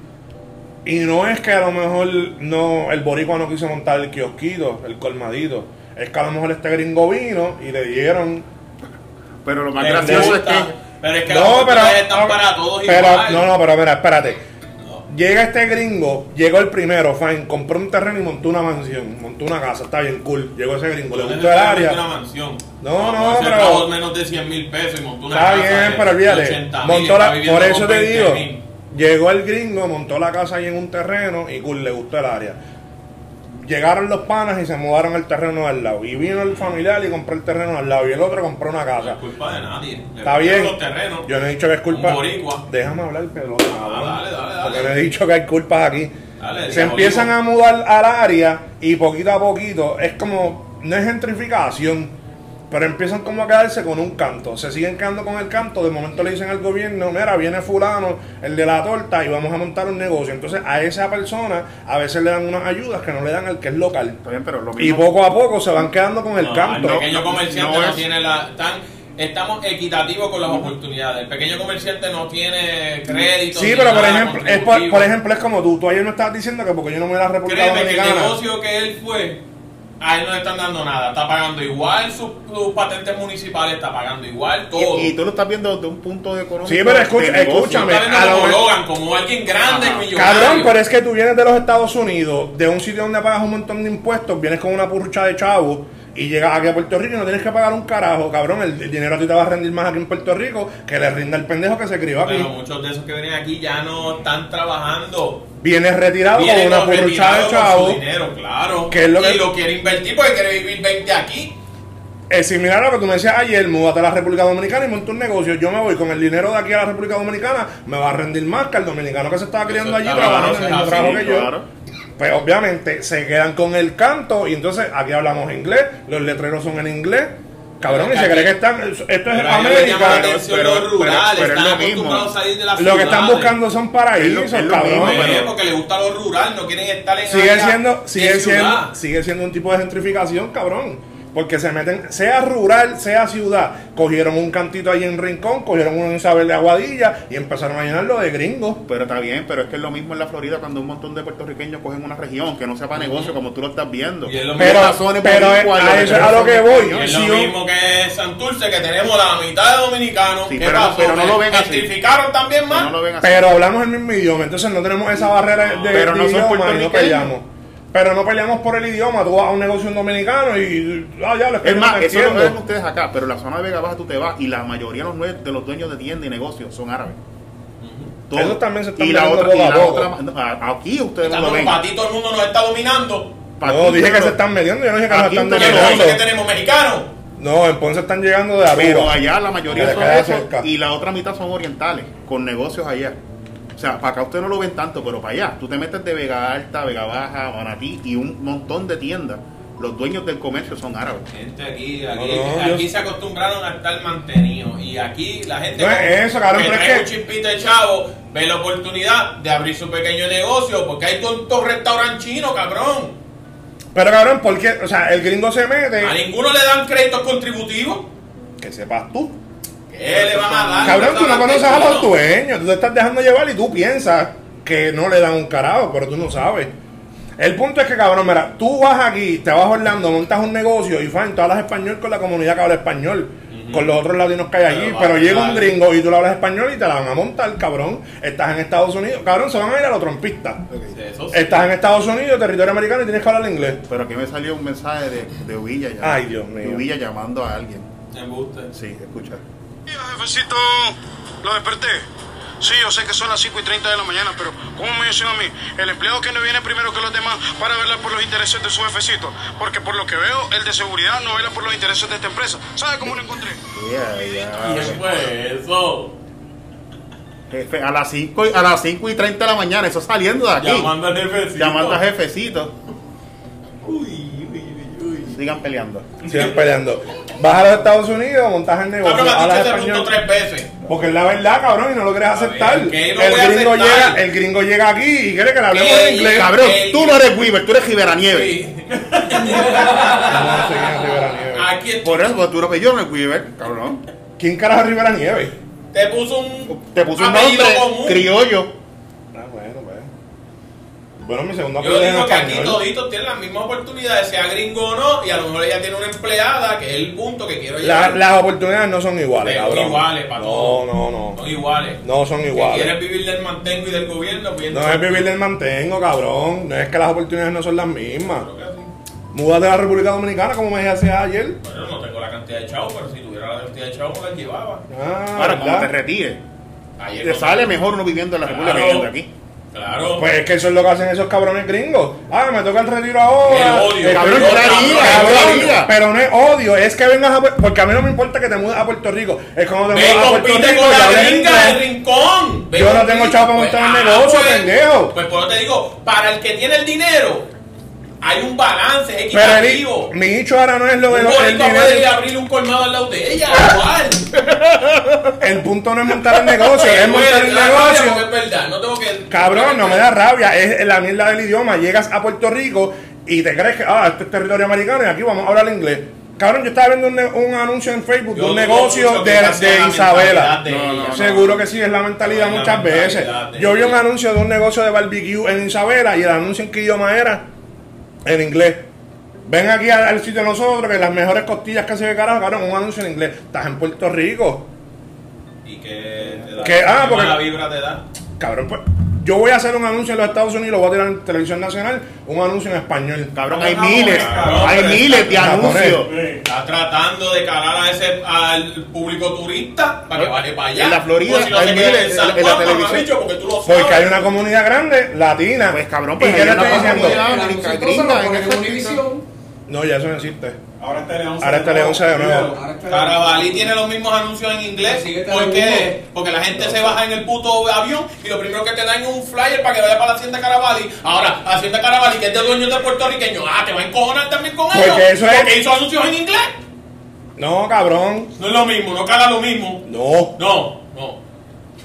[SPEAKER 3] Y no es que a lo mejor no el boricua no quiso montar el kiosquito, el colmadito. Es que a lo mejor este gringo vino y le dieron.
[SPEAKER 4] Pero lo más
[SPEAKER 2] Les
[SPEAKER 4] gracioso es
[SPEAKER 2] gusta,
[SPEAKER 4] que
[SPEAKER 2] Pero es que las oportunidades están para todos
[SPEAKER 3] pero-
[SPEAKER 2] igual.
[SPEAKER 3] no, no, pero mira, espérate.
[SPEAKER 2] No.
[SPEAKER 3] Llega este gringo, llegó el primero, fine, compró un terreno y montó una mansión, montó una casa, está bien cool. Llegó ese gringo, le
[SPEAKER 2] Entonces,
[SPEAKER 3] gustó el
[SPEAKER 2] una
[SPEAKER 3] área.
[SPEAKER 2] mansión.
[SPEAKER 3] No, no,
[SPEAKER 2] Vamos a hacer
[SPEAKER 3] pero-
[SPEAKER 2] pagos menos de 100 mil pesos y montó una
[SPEAKER 3] Está
[SPEAKER 2] casa
[SPEAKER 3] bien,
[SPEAKER 2] de
[SPEAKER 3] pero olvídate.
[SPEAKER 2] 80.000 y
[SPEAKER 3] Montó
[SPEAKER 2] está
[SPEAKER 3] la,
[SPEAKER 2] viviendo
[SPEAKER 3] por
[SPEAKER 2] con
[SPEAKER 3] eso te
[SPEAKER 2] 20.000.
[SPEAKER 3] digo, llegó el gringo, montó la casa ahí en un terreno y cool, le gustó el área. Llegaron los panas y se mudaron al terreno al lado. Y vino el familiar y compró el terreno al lado. Y el otro compró una
[SPEAKER 2] No es
[SPEAKER 3] casa.
[SPEAKER 2] culpa de nadie. Le
[SPEAKER 3] Está
[SPEAKER 2] vendieron
[SPEAKER 3] bien.
[SPEAKER 2] Los terrenos.
[SPEAKER 3] Yo no he dicho que es culpa.
[SPEAKER 2] Un boricua.
[SPEAKER 3] Déjame hablar, pero.
[SPEAKER 2] dale, dale, dale.
[SPEAKER 3] Porque no he dicho que hay culpas aquí.
[SPEAKER 2] Dale,
[SPEAKER 3] Se
[SPEAKER 2] diga,
[SPEAKER 3] empiezan
[SPEAKER 2] boricua.
[SPEAKER 3] a mudar al área y poquito a poquito es como. No es gentrificación, pero empiezan como a quedarse con un canto. Se siguen quedando con el canto. De momento le dicen al gobierno: Mira, viene Fulano, el de la torta, y vamos a montar un negocio. Entonces a esa persona a veces le dan unas ayudas que no le dan al que es local.
[SPEAKER 4] está bien, pero lo
[SPEAKER 3] Y
[SPEAKER 4] mismo
[SPEAKER 3] poco a poco se van quedando con el
[SPEAKER 2] No,
[SPEAKER 3] canto.
[SPEAKER 2] El pequeño
[SPEAKER 4] No,
[SPEAKER 2] comerciante no,
[SPEAKER 4] no es-
[SPEAKER 2] tiene la. están- estamos equitativos con las oportunidades. El pequeño comerciante no tiene crédito.
[SPEAKER 3] Sí,
[SPEAKER 2] ni
[SPEAKER 3] pero por
[SPEAKER 2] nada
[SPEAKER 3] ejemplo, es por,
[SPEAKER 2] contributivo.
[SPEAKER 3] por ejemplo, es como tú. Tú ayer me estabas diciendo que porque yo no me la República
[SPEAKER 2] Créeme que el
[SPEAKER 3] Dominicana.
[SPEAKER 2] negocio que él fue, a él no le están dando nada. Está pagando igual sus, sus patentes municipales, está pagando igual todo.
[SPEAKER 4] y, y tú lo estás viendo desde un punto de económico.
[SPEAKER 3] Sí, pero escucha-
[SPEAKER 4] de negocio.
[SPEAKER 2] Está
[SPEAKER 3] escúchame.
[SPEAKER 2] viendo
[SPEAKER 3] a lo
[SPEAKER 2] como
[SPEAKER 3] mejor-
[SPEAKER 2] Logan, como alguien grande,
[SPEAKER 4] Ajá.
[SPEAKER 2] millonario.
[SPEAKER 3] Cabrón, pero es que tú vienes de los Estados Unidos, de un sitio donde pagas un montón de impuestos, vienes con una purrucha de chavos y llegas aquí a Puerto Rico y no tienes que pagar un carajo, cabrón. El, el dinero a ti te va a rendir más aquí en Puerto Rico que le rinda el pendejo que se crió aquí.
[SPEAKER 2] Pero muchos de esos que vienen aquí ya no están trabajando.
[SPEAKER 3] Vienes retirado
[SPEAKER 2] Viene
[SPEAKER 3] con una
[SPEAKER 2] con
[SPEAKER 3] purrucha
[SPEAKER 2] retirado
[SPEAKER 3] de
[SPEAKER 2] con su
[SPEAKER 3] chavos.
[SPEAKER 2] dinero, claro.
[SPEAKER 3] Que es lo que-
[SPEAKER 2] Y lo quiere invertir porque quiere vivir 20 aquí.
[SPEAKER 3] Es similar a lo que tú me decías ayer, múdate a la República Dominicana y monta un negocio. Yo me voy con el dinero de aquí a la República Dominicana, me va a rendir más que el dominicano que se estaba criando
[SPEAKER 2] Eso
[SPEAKER 3] allí
[SPEAKER 2] está
[SPEAKER 3] trabajando en el
[SPEAKER 2] claro, eso
[SPEAKER 3] mismo
[SPEAKER 2] es
[SPEAKER 3] trabajo
[SPEAKER 4] Sí,
[SPEAKER 3] que yo.
[SPEAKER 4] claro.
[SPEAKER 3] Pues obviamente se quedan con el canto y entonces aquí hablamos inglés, los letreros son en inglés. Cabrón, y se cree que están. Esto es
[SPEAKER 2] Pero a mí me llama la
[SPEAKER 3] América.
[SPEAKER 2] atención
[SPEAKER 4] pero-
[SPEAKER 2] los rurales,
[SPEAKER 4] pero- pero es
[SPEAKER 2] están
[SPEAKER 4] lo mismo.
[SPEAKER 2] acostumbrados a salir de las
[SPEAKER 3] Lo que están
[SPEAKER 2] ciudades.
[SPEAKER 3] buscando son
[SPEAKER 4] Es lo-
[SPEAKER 3] paraísos,
[SPEAKER 4] es lo mismo,
[SPEAKER 3] cabrón.
[SPEAKER 2] Pues,
[SPEAKER 4] pero-
[SPEAKER 2] porque les gusta lo rural, no quieren estar en
[SPEAKER 3] sigue
[SPEAKER 2] área
[SPEAKER 3] siendo
[SPEAKER 2] de
[SPEAKER 3] sigue siendo
[SPEAKER 2] ciudad.
[SPEAKER 3] sigue siendo un tipo de gentrificación cabrón porque se meten sea rural sea ciudad cogieron un cantito ahí en rincón cogieron uno en Isabel de Aguadilla y empezaron a llenarlo de gringos
[SPEAKER 4] Pero está bien, pero es que es lo mismo en la Florida cuando un montón de puertorriqueños cogen una región que no sea para negocio, como tú lo estás viendo.
[SPEAKER 2] Y es lo
[SPEAKER 3] pero
[SPEAKER 2] mismo-
[SPEAKER 4] razones
[SPEAKER 3] pero
[SPEAKER 4] boricuas,
[SPEAKER 3] a
[SPEAKER 4] los
[SPEAKER 3] eso es a lo que
[SPEAKER 4] letreros son
[SPEAKER 3] voy
[SPEAKER 2] y es
[SPEAKER 3] si
[SPEAKER 2] lo
[SPEAKER 3] un-
[SPEAKER 2] mismo que Santurce, que tenemos la mitad de dominicanos.
[SPEAKER 4] Sí,
[SPEAKER 2] ¿Qué
[SPEAKER 4] pero no-
[SPEAKER 2] pasó?
[SPEAKER 4] pero no lo ven así.
[SPEAKER 2] ¿Gentrificaron también
[SPEAKER 4] No
[SPEAKER 2] más?
[SPEAKER 4] lo ven así.
[SPEAKER 3] pero hablamos el mismo idioma entonces no tenemos esa barrera de,
[SPEAKER 4] pero
[SPEAKER 3] de idioma
[SPEAKER 4] no son
[SPEAKER 3] y no
[SPEAKER 4] puertorriqueños.
[SPEAKER 3] peleamos pero no peleamos por el idioma tú vas a un negocio en dominicano y ah, ya, lo que
[SPEAKER 4] Es
[SPEAKER 3] yo no
[SPEAKER 4] más,
[SPEAKER 3] te
[SPEAKER 4] eso lo
[SPEAKER 3] entiendo.
[SPEAKER 4] ven ustedes acá, pero la zona de Vega Baja tú te vas y la mayoría de los, nue- de los dueños de tiendas y negocios son árabes. Todo.
[SPEAKER 3] Eso también se están
[SPEAKER 4] y la
[SPEAKER 3] peleando
[SPEAKER 4] otra, y
[SPEAKER 3] poco a
[SPEAKER 4] la
[SPEAKER 3] poco.
[SPEAKER 4] otra- no, a- Aquí ustedes no lo
[SPEAKER 2] Cabrón,
[SPEAKER 4] ven.
[SPEAKER 2] Para ti todo el mundo nos está dominando.
[SPEAKER 4] Pa'
[SPEAKER 3] no dije
[SPEAKER 4] ti
[SPEAKER 3] que
[SPEAKER 4] ustedes
[SPEAKER 3] se
[SPEAKER 4] lo-
[SPEAKER 3] están metiendo yo no dije que no
[SPEAKER 4] Aquí
[SPEAKER 3] están
[SPEAKER 4] ustedes
[SPEAKER 2] Que
[SPEAKER 4] Pero
[SPEAKER 2] no
[SPEAKER 4] eso-
[SPEAKER 2] dice que
[SPEAKER 3] metiendo
[SPEAKER 2] tenemos mexicanos.
[SPEAKER 3] no en Ponce están llegando de
[SPEAKER 4] Pero
[SPEAKER 3] arriba
[SPEAKER 4] Oh, allá la mayoría
[SPEAKER 3] Pero
[SPEAKER 4] son
[SPEAKER 3] queda
[SPEAKER 4] eso
[SPEAKER 3] cerca.
[SPEAKER 4] y la otra mitad son orientales, con negocios allá. O sea, para acá ustedes no lo ven tanto, pero para allá. Tú te metes de Vega Alta, Vega Baja, Manatí y un montón de tiendas. Los dueños del comercio son árabes.
[SPEAKER 2] Gente, aquí, aquí,
[SPEAKER 3] No, no,
[SPEAKER 2] aquí
[SPEAKER 3] yo-
[SPEAKER 2] se acostumbraron a estar mantenidos. Y aquí la gente
[SPEAKER 3] No es eso, cabrón,
[SPEAKER 2] que
[SPEAKER 3] pero es
[SPEAKER 2] trae
[SPEAKER 3] que-
[SPEAKER 2] un chispito de chavo ve la oportunidad de abrir su pequeño negocio. Porque hay tantos restaurantes chinos, cabrón.
[SPEAKER 3] Pero cabrón, ¿por qué? O sea, el gringo se mete.
[SPEAKER 2] A ninguno le dan créditos contributivos.
[SPEAKER 3] Que sepas tú.
[SPEAKER 2] ¿Qué le van a dar?
[SPEAKER 3] Cabrón, tú Ah, no conoces a los
[SPEAKER 2] tuyos.
[SPEAKER 3] dueños. Tú te estás dejando llevar y tú piensas que no le dan un carajo, pero tú no sabes. El punto es que, cabrón, mira, tú vas aquí, te vas a Orlando, montas un negocio y fan, tú hablas español con la comunidad que habla español, con los otros latinos que hay allí,
[SPEAKER 2] Pero
[SPEAKER 3] pero,
[SPEAKER 2] va,
[SPEAKER 3] llega
[SPEAKER 2] claro.
[SPEAKER 3] un gringo y tú le hablas español y te la van a montar, cabrón. Estás en Estados Unidos, cabrón, se van a ir a los trompistas. Estás en Estados Unidos, territorio americano y tienes que hablar inglés.
[SPEAKER 4] Pero aquí me salió un mensaje de, de Uvilla ya.
[SPEAKER 3] Ay, Dios mío.
[SPEAKER 4] De Uvilla llamando a alguien.
[SPEAKER 3] Eh.
[SPEAKER 4] Sí, escucha.
[SPEAKER 7] Jefecito, lo desperté. Sí, yo sé que son las 5 y 30 de la mañana, pero ¿cómo me dicen a mí? El empleado que no viene primero que los demás para velar por los intereses de su jefecito. Porque por lo que veo, el de seguridad no vela por los intereses de esta empresa. ¿Sabe cómo lo encontré?
[SPEAKER 4] Yeah, yeah.
[SPEAKER 2] fue eso?
[SPEAKER 4] Jefe, a las 5 y, a las 5 y 30 de la mañana, eso saliendo de aquí.
[SPEAKER 2] Llamando al jefecito.
[SPEAKER 4] Llamando a jefecitos.
[SPEAKER 2] Uy, uy, uy, uy.
[SPEAKER 4] Sigan peleando.
[SPEAKER 3] Siguen peleando. Vas a los Estados Unidos, montas el negocio,
[SPEAKER 2] Cabrón, a ti
[SPEAKER 3] hablas
[SPEAKER 2] te
[SPEAKER 3] español.
[SPEAKER 2] pregunto tres veces.
[SPEAKER 3] Porque es la verdad, cabrón, y no lo querés aceptar.
[SPEAKER 2] ver, ¿qué no
[SPEAKER 3] el,
[SPEAKER 2] voy a
[SPEAKER 3] gringo
[SPEAKER 2] aceptar?
[SPEAKER 3] llega, el gringo llega aquí y quiere que le hablemos
[SPEAKER 2] Ey,
[SPEAKER 3] en inglés.
[SPEAKER 4] Cabrón,
[SPEAKER 2] Ey.
[SPEAKER 4] tú no eres Weaver, tú eres Rivera Nieves.
[SPEAKER 2] eh, Sí.
[SPEAKER 3] No sé quién es Rivera Nieves.
[SPEAKER 2] Aquí est-
[SPEAKER 4] Por eso, porque tú no yo no eres Weaver, cabrón.
[SPEAKER 3] ¿Quién carajo es Rivera Nieves?
[SPEAKER 2] te puso un
[SPEAKER 4] Te puso un
[SPEAKER 2] apellido
[SPEAKER 4] nombre
[SPEAKER 2] común.
[SPEAKER 4] criollo.
[SPEAKER 3] Ah, bueno, pues. Bueno, mi segundo
[SPEAKER 2] Yo
[SPEAKER 3] apellido es en
[SPEAKER 2] digo que aquí
[SPEAKER 3] español.
[SPEAKER 2] toditos tienen las mismas oportunidades, sea gringo o no, y a lo mejor ella tiene una empleada, que es el punto que quiero
[SPEAKER 3] La-
[SPEAKER 2] llegar.
[SPEAKER 3] las oportunidades no son iguales,
[SPEAKER 2] Son
[SPEAKER 3] cabrón.
[SPEAKER 2] iguales para
[SPEAKER 3] no,
[SPEAKER 2] todos.
[SPEAKER 3] No, no,
[SPEAKER 2] Son
[SPEAKER 3] no.
[SPEAKER 2] iguales.
[SPEAKER 3] No son
[SPEAKER 2] Si
[SPEAKER 3] iguales.
[SPEAKER 2] quieres vivir del mantengo y del gobierno, pues
[SPEAKER 3] No es
[SPEAKER 2] entonces-
[SPEAKER 3] vivir del mantengo, cabrón. No es que las oportunidades no son las mismas.
[SPEAKER 2] Creo que sí.
[SPEAKER 3] Múdate a la República Dominicana, como me dijiste ayer.
[SPEAKER 2] Bueno, no tengo la cantidad de chavos, pero si tuviera la cantidad de chavos, me la llevaba.
[SPEAKER 3] Ah,
[SPEAKER 4] Ahora,
[SPEAKER 3] ¿verdad?
[SPEAKER 4] cuando te retires,
[SPEAKER 2] Ayer
[SPEAKER 4] te
[SPEAKER 2] no-
[SPEAKER 4] sale mejor no viviendo en la República
[SPEAKER 2] Claro.
[SPEAKER 4] que viviendo aquí.
[SPEAKER 2] Claro.
[SPEAKER 3] Pues es que eso es lo que hacen esos cabrones gringos. Ah, me toca el retiro ahora.
[SPEAKER 2] El odio,
[SPEAKER 3] Eh,
[SPEAKER 4] cabrón,
[SPEAKER 2] cabrón,
[SPEAKER 4] la vida,
[SPEAKER 2] cabrón.
[SPEAKER 4] la
[SPEAKER 3] cabrón,
[SPEAKER 4] vida.
[SPEAKER 3] pero no es odio, es que vengas a Pu- porque a mí no me importa que te mudes a Puerto Rico. Es como te
[SPEAKER 2] Ve y
[SPEAKER 3] mudas a Puerto
[SPEAKER 2] compite
[SPEAKER 3] Rico.
[SPEAKER 2] con la
[SPEAKER 3] ya ves,
[SPEAKER 2] gringa del rincón. Ve
[SPEAKER 3] pues. Yo no
[SPEAKER 2] compite. Ah,
[SPEAKER 3] tengo chavo para montar un negocio, pendejo.
[SPEAKER 2] Pues por eso te digo, para el que tiene el dinero, hay un balance es
[SPEAKER 3] pero el-
[SPEAKER 2] equitativo.
[SPEAKER 3] mi nicho ahora no es lo
[SPEAKER 2] Un
[SPEAKER 3] de lo- el
[SPEAKER 2] boricua puede ir
[SPEAKER 3] dinero.
[SPEAKER 2] a abrir un colmado al lado de ella, igual.
[SPEAKER 3] El punto no es montar
[SPEAKER 2] <laughs>
[SPEAKER 3] el negocio, es
[SPEAKER 2] Pues Puede,
[SPEAKER 3] montar el
[SPEAKER 2] claro, porque
[SPEAKER 3] negocio.
[SPEAKER 2] Es verdad, no tengo que.
[SPEAKER 3] Cabrón, no me da rabia, es la mierda del idioma. Llegas a Puerto Rico y te crees que, ah, esto es territorio americano y aquí vamos a hablar inglés. Cabrón, yo estaba viendo un, ne- un anuncio en Facebook de
[SPEAKER 2] Yo
[SPEAKER 3] un
[SPEAKER 2] dudo
[SPEAKER 3] negocio
[SPEAKER 2] mucho que
[SPEAKER 3] de,
[SPEAKER 2] esa sea
[SPEAKER 3] de
[SPEAKER 2] la
[SPEAKER 3] Isabela.
[SPEAKER 2] mentalidad de ella.
[SPEAKER 3] Seguro que sí, es la mentalidad
[SPEAKER 2] Es la
[SPEAKER 3] muchas veces.
[SPEAKER 2] mentalidad de
[SPEAKER 3] Yo vi un
[SPEAKER 2] ella.
[SPEAKER 3] anuncio de un negocio de barbecue en Isabela y el anuncio en qué idioma era en inglés. Ven aquí al, al sitio de nosotros que las mejores costillas que se ve carajo, cabrón, un anuncio en inglés. Estás en Puerto Rico.
[SPEAKER 2] Y que te da.
[SPEAKER 3] Que- ah,
[SPEAKER 2] qué
[SPEAKER 3] porque-
[SPEAKER 2] mala vibra te da.
[SPEAKER 3] Cabrón, pues yo voy a hacer un anuncio en los Estados Unidos, lo voy a tirar en televisión nacional, un anuncio en español.
[SPEAKER 4] Cabrón, ah,
[SPEAKER 2] No,
[SPEAKER 4] hay
[SPEAKER 2] no,
[SPEAKER 4] miles,
[SPEAKER 2] cabrón,
[SPEAKER 4] hay
[SPEAKER 2] pero
[SPEAKER 4] miles
[SPEAKER 2] está-
[SPEAKER 4] de anuncios.
[SPEAKER 2] Está tratando de calar a ese, al público turista
[SPEAKER 3] Ah,
[SPEAKER 2] para que vaya para allá.
[SPEAKER 4] En la Florida
[SPEAKER 2] O si no
[SPEAKER 4] hay
[SPEAKER 2] se queda
[SPEAKER 4] miles,
[SPEAKER 2] en San
[SPEAKER 4] en- en la
[SPEAKER 2] Juan,
[SPEAKER 4] televisión.
[SPEAKER 2] mamabicho, porque tú lo sabes.
[SPEAKER 3] Porque hay una comunidad grande, latina.
[SPEAKER 4] ah, Pues, cabrón, pues,
[SPEAKER 3] ¿Y qué
[SPEAKER 4] hay
[SPEAKER 3] le
[SPEAKER 4] una
[SPEAKER 3] estoy diciendo?
[SPEAKER 4] comunidad.
[SPEAKER 6] La música
[SPEAKER 4] gringa,
[SPEAKER 6] lo
[SPEAKER 4] en
[SPEAKER 6] ponen en
[SPEAKER 4] esa
[SPEAKER 6] Univision.
[SPEAKER 3] No, ya eso no existe.
[SPEAKER 8] Ahora está el 11
[SPEAKER 3] Ahora está el 11 de nuevo.
[SPEAKER 6] Ahora está-
[SPEAKER 2] Carabalí tiene los mismos anuncios en inglés.
[SPEAKER 6] Así que te
[SPEAKER 2] ¿Por
[SPEAKER 6] lo
[SPEAKER 2] qué?
[SPEAKER 6] digo.
[SPEAKER 2] Porque la gente se baja en el puto avión y lo primero que te dan es un flyer para que vaya para la Hacienda Carabalí. Ahora, Hacienda Carabalí, que es de dueños de puertorriqueños, ah, te va a encojonar también con
[SPEAKER 3] Porque
[SPEAKER 2] ellos.
[SPEAKER 3] eso es-
[SPEAKER 2] Porque hizo anuncios en inglés.
[SPEAKER 3] No, cabrón.
[SPEAKER 2] No es lo mismo, no caga lo mismo.
[SPEAKER 3] No.
[SPEAKER 2] No, no.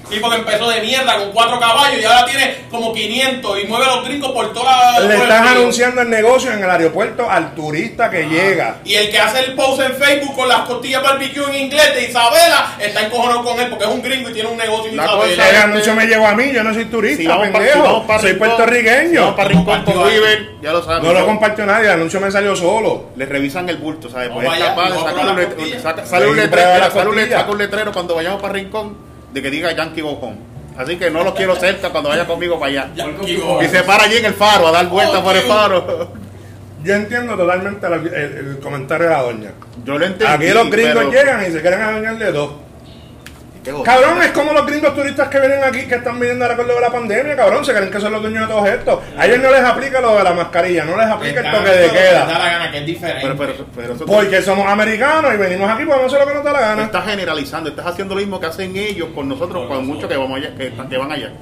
[SPEAKER 2] Sí, porque empezó de mierda con cuatro caballos y ahora tiene como 500 y mueve a los gringos por toda la.
[SPEAKER 3] Le
[SPEAKER 2] todo el
[SPEAKER 3] estás
[SPEAKER 2] río.
[SPEAKER 3] anunciando el negocio en el aeropuerto al turista
[SPEAKER 4] Ah.
[SPEAKER 3] que llega.
[SPEAKER 2] Y el que hace el post en Facebook con las costillas barbecue en inglés de Isabela está encojonado con él porque es un gringo y tiene un negocio en
[SPEAKER 4] La
[SPEAKER 2] Isabela.
[SPEAKER 4] cosa
[SPEAKER 3] El
[SPEAKER 4] es-
[SPEAKER 3] anuncio me llegó a mí, yo no soy turista,
[SPEAKER 4] Si vamos pa- si
[SPEAKER 3] pendejo.
[SPEAKER 4] vamos pa'
[SPEAKER 3] soy
[SPEAKER 4] Rincón,
[SPEAKER 3] puertorriqueño.
[SPEAKER 4] vamos pa' Rincón con
[SPEAKER 2] Compartido ahí.
[SPEAKER 4] River, ya lo saben.
[SPEAKER 3] no lo
[SPEAKER 4] yo-
[SPEAKER 3] compartió nadie, el anuncio me salió solo.
[SPEAKER 4] Le revisan el bulto, ¿sabes? Pues
[SPEAKER 2] Vamos
[SPEAKER 4] es
[SPEAKER 2] allá,
[SPEAKER 4] capaz de
[SPEAKER 2] vamos a
[SPEAKER 4] sacar un
[SPEAKER 2] probar la
[SPEAKER 4] letrero,
[SPEAKER 2] costilla.
[SPEAKER 4] saca- sale un
[SPEAKER 3] Ven,
[SPEAKER 4] letrero,
[SPEAKER 3] prueba la
[SPEAKER 4] sale un
[SPEAKER 3] costilla.
[SPEAKER 4] letrero, saca un letrero cuando vayamos para Rincón de que diga Yankee Go Home. Así que no los quiero cerca cuando vaya conmigo para allá.
[SPEAKER 2] Ya,
[SPEAKER 6] Porque-
[SPEAKER 2] digo,
[SPEAKER 4] Y se para allí en el faro, a dar vueltas
[SPEAKER 2] Oh,
[SPEAKER 4] por el
[SPEAKER 2] tío.
[SPEAKER 4] faro.
[SPEAKER 3] Yo entiendo totalmente la- el, el comentario de la doña.
[SPEAKER 4] Yo lo entendí.
[SPEAKER 3] Aquí los gringos
[SPEAKER 4] pero-
[SPEAKER 3] llegan y se quieren adueñar de todo.
[SPEAKER 4] Qué gozo.
[SPEAKER 3] Cabrón, es como los gringos turistas que vienen aquí que están viniendo ahora con lo de la pandemia, cabrón, se creen que son los dueños de todos estos. A ellos no les aplica lo de la mascarilla, no les aplica el
[SPEAKER 2] Está
[SPEAKER 3] toque de
[SPEAKER 2] haciendo lo que les Da
[SPEAKER 3] queda.
[SPEAKER 2] la gana, que es diferente.
[SPEAKER 4] Pero, pero, pero eso
[SPEAKER 3] Porque somos americanos y venimos aquí podemos hacer lo que nos da la
[SPEAKER 4] No
[SPEAKER 3] gana.
[SPEAKER 4] estás generalizando, estás haciendo lo mismo que hacen ellos con nosotros, con muchos que vamos allá, que, están- que van allá.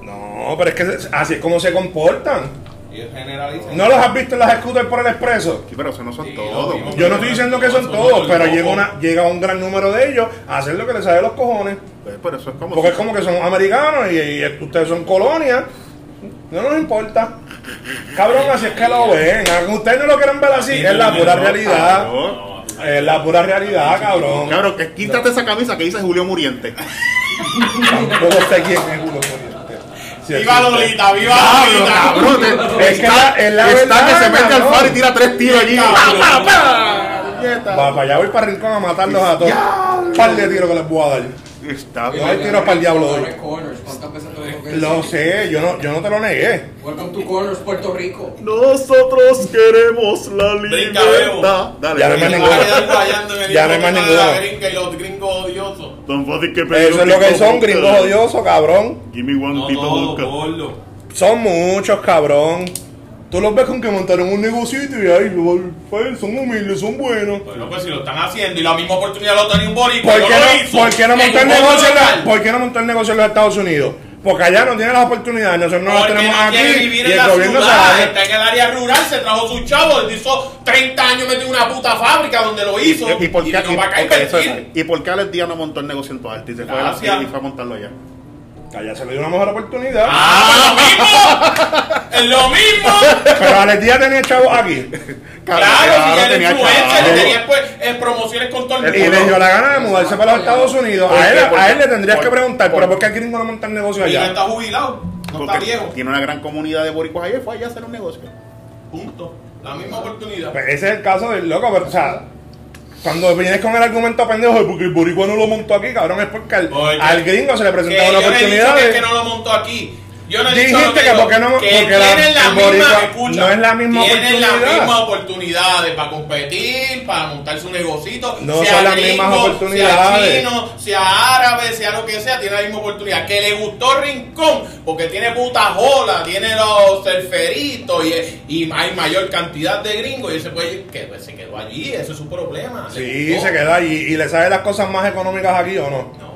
[SPEAKER 3] No, pero es que se- así es como se comportan.
[SPEAKER 2] Y es generalizado.
[SPEAKER 3] ¿No los has visto en las scooters por el expreso?
[SPEAKER 4] Sí, pero eso no son
[SPEAKER 2] Sí,
[SPEAKER 4] todos.
[SPEAKER 2] lo mismo.
[SPEAKER 3] Yo no estoy diciendo que son todos, pero llega, una, llega un gran número de ellos a hacer lo que les sale los cojones.
[SPEAKER 4] Pues, pero eso es como.
[SPEAKER 3] Porque es
[SPEAKER 4] si-
[SPEAKER 3] como que somos americanos y, y ustedes son colonias. No nos importa. Cabrón, así es que lo ven. Aunque ustedes no lo quieran ver así, es la pura realidad.
[SPEAKER 4] Cabrón,
[SPEAKER 3] Es la pura realidad, cabrón.
[SPEAKER 4] Cabrón, que quítate esa camisa que dice
[SPEAKER 3] <laughs>
[SPEAKER 4] Julio Muriente. <laughs>
[SPEAKER 3] Yo no sé quién es Julio Corriente. Sí,
[SPEAKER 2] Viva
[SPEAKER 3] existe.
[SPEAKER 2] Lolita, viva
[SPEAKER 4] Cabrón,
[SPEAKER 2] Lolita.
[SPEAKER 4] cabrón, te-
[SPEAKER 3] Es que la- es la
[SPEAKER 4] está que
[SPEAKER 3] verdad,
[SPEAKER 4] se mete al
[SPEAKER 3] cabrón.
[SPEAKER 4] faro y tira tres tiros allí.
[SPEAKER 2] Cabrón.
[SPEAKER 4] Pa, pa, pa.
[SPEAKER 3] Va para allá, voy para el rincón a matarlos a todos. Un par de tiros que les voy a dar.
[SPEAKER 4] Está
[SPEAKER 3] Yo hay tiros para el diablo hoy.
[SPEAKER 6] Welcome to Corners, ¿cuántas veces te lo tengo que
[SPEAKER 3] Lo
[SPEAKER 6] decir?
[SPEAKER 3] sé, yo no, yo no te lo negué.
[SPEAKER 6] Welcome to Corners, Puerto Rico.
[SPEAKER 5] Nosotros queremos la
[SPEAKER 2] Brinca, Bebo.
[SPEAKER 5] libertad.
[SPEAKER 4] Dale,
[SPEAKER 3] Ya no hay
[SPEAKER 4] dale.
[SPEAKER 3] más
[SPEAKER 2] Y
[SPEAKER 3] ninguno.
[SPEAKER 2] va a quedar guayando en el
[SPEAKER 3] Ya no hay más
[SPEAKER 2] idioma de la
[SPEAKER 3] ninguno.
[SPEAKER 2] gringa y los gringos odiosos.
[SPEAKER 5] Don Fadi, que perdió
[SPEAKER 3] Eso es lo que
[SPEAKER 5] tipo
[SPEAKER 3] son,
[SPEAKER 5] boca.
[SPEAKER 3] gringos odiosos, cabrón.
[SPEAKER 5] Give me one
[SPEAKER 2] No
[SPEAKER 5] tipo
[SPEAKER 2] todos,
[SPEAKER 5] boca.
[SPEAKER 2] gordo.
[SPEAKER 3] Son muchos, cabrón. Tú los ves con que montaron un negocito y ay, pues, son humildes, son buenos.
[SPEAKER 2] Bueno, pues si lo están haciendo y la misma oportunidad lo tenía un boricua,
[SPEAKER 3] ¿Por
[SPEAKER 2] yo
[SPEAKER 3] qué
[SPEAKER 2] lo
[SPEAKER 3] no,
[SPEAKER 2] hizo.
[SPEAKER 3] por qué no
[SPEAKER 2] En
[SPEAKER 3] montar
[SPEAKER 2] un
[SPEAKER 3] negocio en
[SPEAKER 2] otro
[SPEAKER 3] la-
[SPEAKER 2] local.
[SPEAKER 3] por qué no montar negocio en los Estados Unidos? Porque allá no tienen las oportunidades, nosotros no las
[SPEAKER 2] Porque
[SPEAKER 3] tenemos
[SPEAKER 2] no
[SPEAKER 3] aquí.
[SPEAKER 2] quiere vivir
[SPEAKER 3] Y
[SPEAKER 2] en
[SPEAKER 3] el
[SPEAKER 2] la
[SPEAKER 3] gobierno
[SPEAKER 2] ciudad,
[SPEAKER 3] sabe.
[SPEAKER 2] está en el área rural, se trajo su chavo, él hizo 30 años metió una puta fábrica donde lo hizo
[SPEAKER 4] ¿Y por qué
[SPEAKER 2] vino para acá a
[SPEAKER 4] ok, eso es-
[SPEAKER 2] invertir.
[SPEAKER 4] ¿Y por qué Alex Díaz no montó el negocio en tu arte? Y se fue a la
[SPEAKER 2] Gracias.
[SPEAKER 4] y fue a montarlo allá.
[SPEAKER 3] Allá se le dio una mejor oportunidad.
[SPEAKER 2] ¡Ah, es lo mismo! ¡Es lo mismo!
[SPEAKER 3] Pero Alex Díaz tenía chavos aquí.
[SPEAKER 2] Claro, si
[SPEAKER 4] claro,
[SPEAKER 2] era
[SPEAKER 4] tenía
[SPEAKER 2] influencer,
[SPEAKER 4] chavo.
[SPEAKER 2] le tenía pues, eh, promociones con todo el
[SPEAKER 4] El
[SPEAKER 3] Y
[SPEAKER 2] mundo.
[SPEAKER 3] le dio la gana de mudarse para los Estados Unidos.
[SPEAKER 4] ¿Por
[SPEAKER 3] A
[SPEAKER 4] qué?
[SPEAKER 3] él,
[SPEAKER 4] ¿Por
[SPEAKER 3] a
[SPEAKER 4] qué?
[SPEAKER 3] él le tendrías
[SPEAKER 4] ¿Por-
[SPEAKER 3] que preguntar,
[SPEAKER 4] por-
[SPEAKER 3] pero ¿por qué aquí no montan negocio
[SPEAKER 2] Y no
[SPEAKER 3] allá?
[SPEAKER 2] está jubilado, no está
[SPEAKER 4] Porque
[SPEAKER 2] viejo.
[SPEAKER 4] tiene una gran comunidad de boricuas allá y fue allá a hacer un negocio.
[SPEAKER 2] Punto. La misma oportunidad.
[SPEAKER 3] Pues ese es el caso del loco, pero o sea, cuando vienes con el argumento pendejo de porque el boricua no lo montó aquí, cabrón, es porque al,
[SPEAKER 2] Oye,
[SPEAKER 3] al gringo se le
[SPEAKER 2] Que
[SPEAKER 3] presentaba
[SPEAKER 2] yo
[SPEAKER 3] una
[SPEAKER 2] no he dicho
[SPEAKER 3] oportunidad.
[SPEAKER 2] que, es
[SPEAKER 3] de-
[SPEAKER 2] que no lo montó aquí. Yo no he dicho
[SPEAKER 3] Dijiste que
[SPEAKER 2] digo,
[SPEAKER 3] porque no
[SPEAKER 2] que
[SPEAKER 3] porque la-
[SPEAKER 2] tienen la,
[SPEAKER 3] el
[SPEAKER 2] misma
[SPEAKER 3] boricua
[SPEAKER 2] escucha,
[SPEAKER 3] no es la misma
[SPEAKER 2] tienen las
[SPEAKER 3] oportunidad.
[SPEAKER 2] mismas oportunidades para competir, para montar su negocito,
[SPEAKER 3] No son las mismas oportunidades.
[SPEAKER 2] sea chino, sea árabe, sea lo que sea, tiene la misma oportunidad. Que le gustó Rincón porque tiene puta jola, tiene los surferitos y, y hay mayor cantidad de gringos y ese pues que pues, se quedó allí, eso es su problema. le
[SPEAKER 3] Sí,
[SPEAKER 2] gustó.
[SPEAKER 3] se queda allí. ¿Y le sabe las cosas más económicas aquí o no?
[SPEAKER 2] No,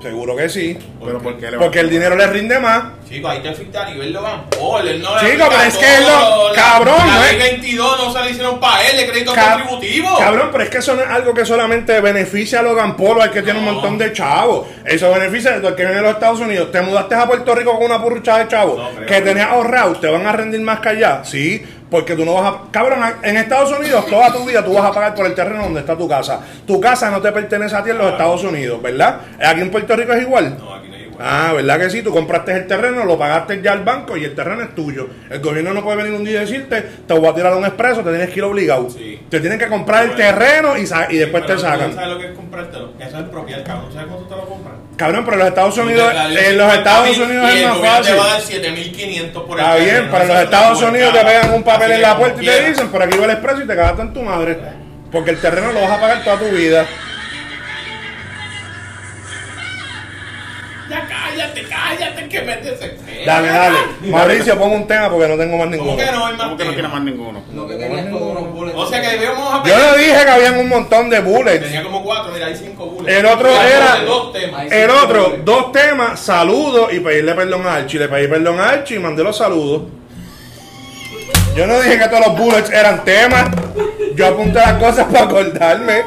[SPEAKER 3] Seguro que sí.
[SPEAKER 4] Pero ¿por qué le va-
[SPEAKER 3] Porque el dinero le rinde más.
[SPEAKER 2] Chico, ahí te fuiste a nivel de Van Paul. Él no le
[SPEAKER 3] Chico,
[SPEAKER 2] aplica
[SPEAKER 3] pero es que él
[SPEAKER 2] todo,
[SPEAKER 3] no- cabrón,
[SPEAKER 2] la
[SPEAKER 3] no es-
[SPEAKER 2] ley 22 no se le hicieron para él, de crédito
[SPEAKER 3] Ca-
[SPEAKER 2] contributivo.
[SPEAKER 3] Cabrón, pero es que eso no es algo que solamente beneficia a Logan Polo, al que tiene un
[SPEAKER 2] No.
[SPEAKER 3] montón de chavos. Eso beneficia a todo el que viene de los Estados Unidos. Te mudaste a Puerto Rico con una purrucha de chavos
[SPEAKER 2] No, creo.
[SPEAKER 3] que tenías ahorrado, te van a rendir más que allá. Sí, porque tú no vas a. Cabrón, en Estados Unidos toda tu vida tú vas a pagar por el terreno donde está tu casa. Tu casa no te pertenece a ti en los Estados Unidos, ¿verdad? Aquí en Puerto Rico es igual.
[SPEAKER 2] No, aquí no hay igual.
[SPEAKER 3] Ah, ¿verdad que sí? Tú compraste el terreno, lo pagaste ya al banco y el terreno es tuyo. El gobierno no puede venir un día y decirte, te voy a tirar un expreso, te tienes que ir obligado.
[SPEAKER 2] Sí.
[SPEAKER 3] Te tienen que comprar el
[SPEAKER 2] Bueno.
[SPEAKER 3] terreno y, sa- y después
[SPEAKER 2] Pero
[SPEAKER 3] te
[SPEAKER 2] tú
[SPEAKER 3] sacan.
[SPEAKER 2] no ¿Sabes lo que es comprártelo? Eso es propiedad, cabrón. ¿Sabes cuánto te lo compras?
[SPEAKER 3] Cabrón, pero en los Estados Unidos,
[SPEAKER 2] Tú te-
[SPEAKER 3] en los Estados
[SPEAKER 2] y
[SPEAKER 3] Unidos es
[SPEAKER 2] el
[SPEAKER 3] más
[SPEAKER 2] gobierno
[SPEAKER 3] fácil.
[SPEAKER 2] Te va a dar 7500 por el
[SPEAKER 3] Está bien,
[SPEAKER 2] terreno,
[SPEAKER 3] para
[SPEAKER 2] eso es
[SPEAKER 3] los
[SPEAKER 2] una
[SPEAKER 3] Estados Unidos te
[SPEAKER 2] porcada.
[SPEAKER 3] pegan un papel
[SPEAKER 2] Así
[SPEAKER 3] en
[SPEAKER 2] que
[SPEAKER 3] la
[SPEAKER 2] como
[SPEAKER 3] puerta y te
[SPEAKER 2] quiera.
[SPEAKER 3] dicen, por aquí va el expreso y te cagaste en tu madre. Porque el terreno lo vas a pagar toda tu vida.
[SPEAKER 2] Ya cállate, Cállate que me desespera.
[SPEAKER 3] Dale, dale. Mauricio, pon un tema porque no tengo más ninguno.
[SPEAKER 2] ¿Cómo que no hay más
[SPEAKER 4] ¿Cómo que no tiene
[SPEAKER 2] tema?
[SPEAKER 4] más ninguno?
[SPEAKER 6] Lo que tenía es todos unos bullets.
[SPEAKER 2] O sea que debemos a
[SPEAKER 3] Yo
[SPEAKER 2] pegar-
[SPEAKER 3] le dije que habían un montón de bullets.
[SPEAKER 2] Tenía como cuatro, mira, hay cinco bullets.
[SPEAKER 3] El otro
[SPEAKER 2] Hay
[SPEAKER 3] era-
[SPEAKER 2] de Dos temas.
[SPEAKER 3] El otro, dos temas, saludos y pedirle perdón a Archie. Le pedí perdón a Archie y mandé los saludos. Yo no dije que todos los bullets eran temas. Yo apunté las cosas para acordarme.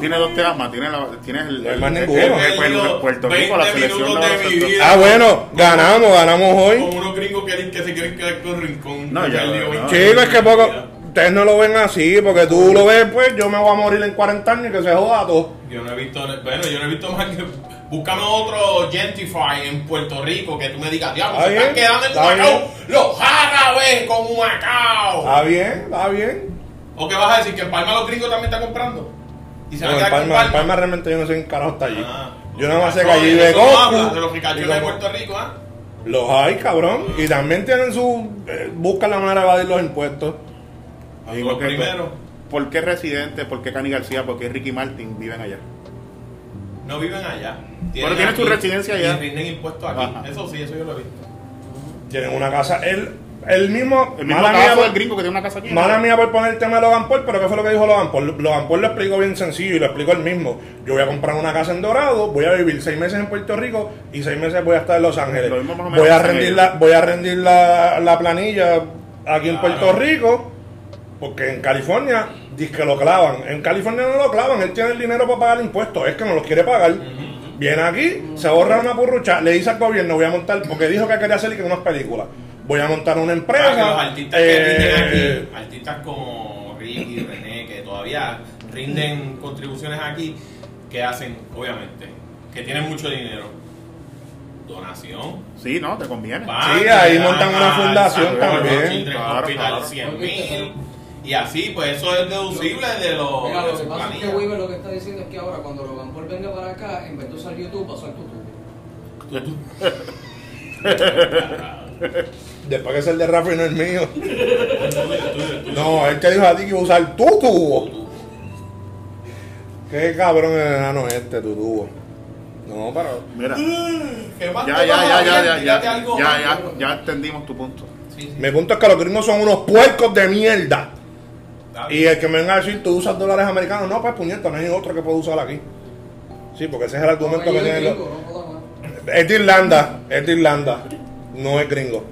[SPEAKER 4] Tiene dos temas más. Tiene, la, tiene el,
[SPEAKER 3] No hay
[SPEAKER 4] el-
[SPEAKER 3] más
[SPEAKER 4] el-
[SPEAKER 3] ninguno.
[SPEAKER 4] el-
[SPEAKER 2] He
[SPEAKER 4] el- el-
[SPEAKER 2] perdido
[SPEAKER 4] Puerto Rico, la
[SPEAKER 2] 20
[SPEAKER 4] selección
[SPEAKER 2] minutos de mi
[SPEAKER 4] baloncesto.
[SPEAKER 2] vida.
[SPEAKER 3] Ah, bueno, ganamos, ganamos
[SPEAKER 2] Con
[SPEAKER 3] hoy.
[SPEAKER 2] unos gringos que, que se quieren quedar con el rincón.
[SPEAKER 4] No, ya,
[SPEAKER 2] Perdió
[SPEAKER 4] no.
[SPEAKER 2] 20
[SPEAKER 3] Chicos, es que poco.
[SPEAKER 2] minutos.
[SPEAKER 3] Ustedes no lo ven así, porque tú lo ves, pues yo me voy a morir en 40 años y que se joda todo.
[SPEAKER 2] Yo no he visto, bueno, yo no he visto más que. Búscame otro Gentify en Puerto Rico que tú me digas, diablo,
[SPEAKER 3] Está
[SPEAKER 2] se están
[SPEAKER 3] bien,
[SPEAKER 2] quedando en
[SPEAKER 3] está
[SPEAKER 2] Humacao
[SPEAKER 3] bien. Ah.
[SPEAKER 2] los árabes con Humacao.
[SPEAKER 3] Está bien, está bien.
[SPEAKER 2] ¿O qué vas a decir? ¿Que en Palma los gringos también están comprando? Y se
[SPEAKER 3] No,
[SPEAKER 2] van a
[SPEAKER 3] en
[SPEAKER 2] quedar
[SPEAKER 3] Palma,
[SPEAKER 2] con
[SPEAKER 3] en Palma realmente yo no sé en carajo está allí.
[SPEAKER 2] Ah.
[SPEAKER 3] yo nada más sé que
[SPEAKER 2] Eso-
[SPEAKER 3] allí
[SPEAKER 2] eso
[SPEAKER 3] de
[SPEAKER 2] no habla
[SPEAKER 3] Goku.
[SPEAKER 2] de los ricachones de
[SPEAKER 3] digamos,
[SPEAKER 2] Puerto Rico, ¿ah?
[SPEAKER 3] Los hay, cabrón. Y también tienen su. eh, buscan la manera de evadir los impuestos.
[SPEAKER 4] Digo
[SPEAKER 2] Los
[SPEAKER 4] que-
[SPEAKER 2] primeros
[SPEAKER 4] ¿Por qué Residente, por qué Cani García, por qué Ricky Martin viven allá?
[SPEAKER 2] no viven allá.
[SPEAKER 4] Bueno, tienes tu
[SPEAKER 2] aquí
[SPEAKER 4] residencia allá.
[SPEAKER 2] Y rinden impuestos aquí.
[SPEAKER 4] Ajá.
[SPEAKER 2] Eso sí, eso yo lo he visto.
[SPEAKER 3] Tienen una casa. El, el mismo.
[SPEAKER 4] El mismo
[SPEAKER 3] mala
[SPEAKER 4] caso
[SPEAKER 3] mía, pues,
[SPEAKER 4] del gringo que tiene una casa aquí.
[SPEAKER 3] Mala mía por poner el tema de Logan Paul, pero ¿qué fue lo que dijo Logan Paul? Logan Paul lo explicó bien sencillo y lo explicó él mismo. Yo voy a comprar una casa en Dorado, voy a vivir seis meses en Puerto Rico y seis meses voy a estar en Los Ángeles.
[SPEAKER 4] Lo mismo más o menos
[SPEAKER 3] Voy a
[SPEAKER 4] hacen
[SPEAKER 3] rendir,
[SPEAKER 4] ellos.
[SPEAKER 3] la, voy a rendir la, la planilla aquí en Puerto Rico, porque en California dice que lo clavan. En California no lo clavan, él tiene el dinero para pagar impuestos, es que no los quiere pagar. Viene aquí, se ahorra una purrucha, le dice al gobierno, voy a montar, porque dijo que quería hacer unas películas. Voy a montar una empresa.
[SPEAKER 2] Para que los artistas que
[SPEAKER 3] eh,
[SPEAKER 2] rinden aquí, artistas como Ricky, René, que todavía rinden contribuciones aquí, que hacen, obviamente, que tienen mucho dinero. Donación.
[SPEAKER 4] Sí, no, te conviene.
[SPEAKER 3] Sí, ahí montan una fundación también.
[SPEAKER 4] Claro,
[SPEAKER 2] hospital
[SPEAKER 4] claro.
[SPEAKER 2] 100 mil. Y así, pues eso es deducible de los.
[SPEAKER 6] Mira,
[SPEAKER 2] de
[SPEAKER 6] lo que
[SPEAKER 2] sus
[SPEAKER 6] pasa es que
[SPEAKER 2] planillas.
[SPEAKER 6] Weaver lo que está diciendo es que ahora cuando Logan Paul venga para acá, en vez de usar YouTube, va a usar YouTube.
[SPEAKER 3] Después que es el de Rafa y no el
[SPEAKER 2] <laughs>
[SPEAKER 3] mío. No, él te dijo a ti que iba a usar tu tubo. Qué cabrón el enano este, tu tubo. No, pero.
[SPEAKER 4] Mira,
[SPEAKER 2] Que más
[SPEAKER 4] ya,
[SPEAKER 2] te vas
[SPEAKER 4] ya, ya,
[SPEAKER 2] a
[SPEAKER 4] ya,
[SPEAKER 2] ver,
[SPEAKER 4] ya, ya,
[SPEAKER 2] tírate
[SPEAKER 4] ya,
[SPEAKER 2] algo
[SPEAKER 4] ya,
[SPEAKER 2] más,
[SPEAKER 4] ya,
[SPEAKER 2] cabrón.
[SPEAKER 4] ya entendimos tu punto.
[SPEAKER 2] Sí, sí,
[SPEAKER 3] Mi punto es que los gringos son unos puercos de mierda.
[SPEAKER 2] está bien.
[SPEAKER 3] Y el que me venga a decir, tú usas dólares americanos. No, pues puñeta, no hay otro que pueda usar aquí. Sí, porque ese es el argumento que
[SPEAKER 6] Apellido
[SPEAKER 3] tienen los.
[SPEAKER 6] gringo, no joda más.
[SPEAKER 3] Es de Irlanda, es de Irlanda. No es gringo.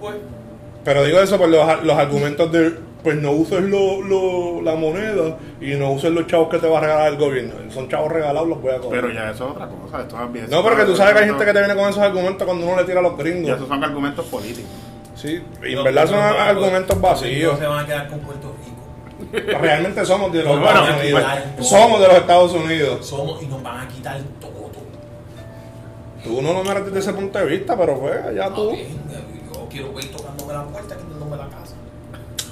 [SPEAKER 2] Pues,
[SPEAKER 3] Pero digo eso por los, los argumentos de, pues no uses lo, lo- la moneda y no uses los chavos que te va a regalar el gobierno. Son chavos regalados, los voy a coger.
[SPEAKER 4] Pero ya eso es otra cosa. Esto es bien-
[SPEAKER 3] no, porque tú sabes que hay gente que te viene con esos argumentos cuando uno le tira a los
[SPEAKER 4] Ya
[SPEAKER 3] gringos.
[SPEAKER 4] esos son argumentos políticos.
[SPEAKER 3] Sí, y en
[SPEAKER 2] los
[SPEAKER 3] verdad son
[SPEAKER 2] gringos no-
[SPEAKER 3] argumentos
[SPEAKER 2] los gringos
[SPEAKER 3] vacíos.
[SPEAKER 2] se van a quedar con Puerto Rico.
[SPEAKER 3] Realmente somos de los
[SPEAKER 4] Bueno,
[SPEAKER 3] Estados Unidos.
[SPEAKER 2] pues-
[SPEAKER 3] Somos de los Estados Unidos.
[SPEAKER 2] Somos y nos van a quitar todo.
[SPEAKER 3] Tú no lo miras desde ese punto de vista, pero fue allá tú.
[SPEAKER 2] Ah, Yo quiero ir tocándome la puerta, quitándome la casa.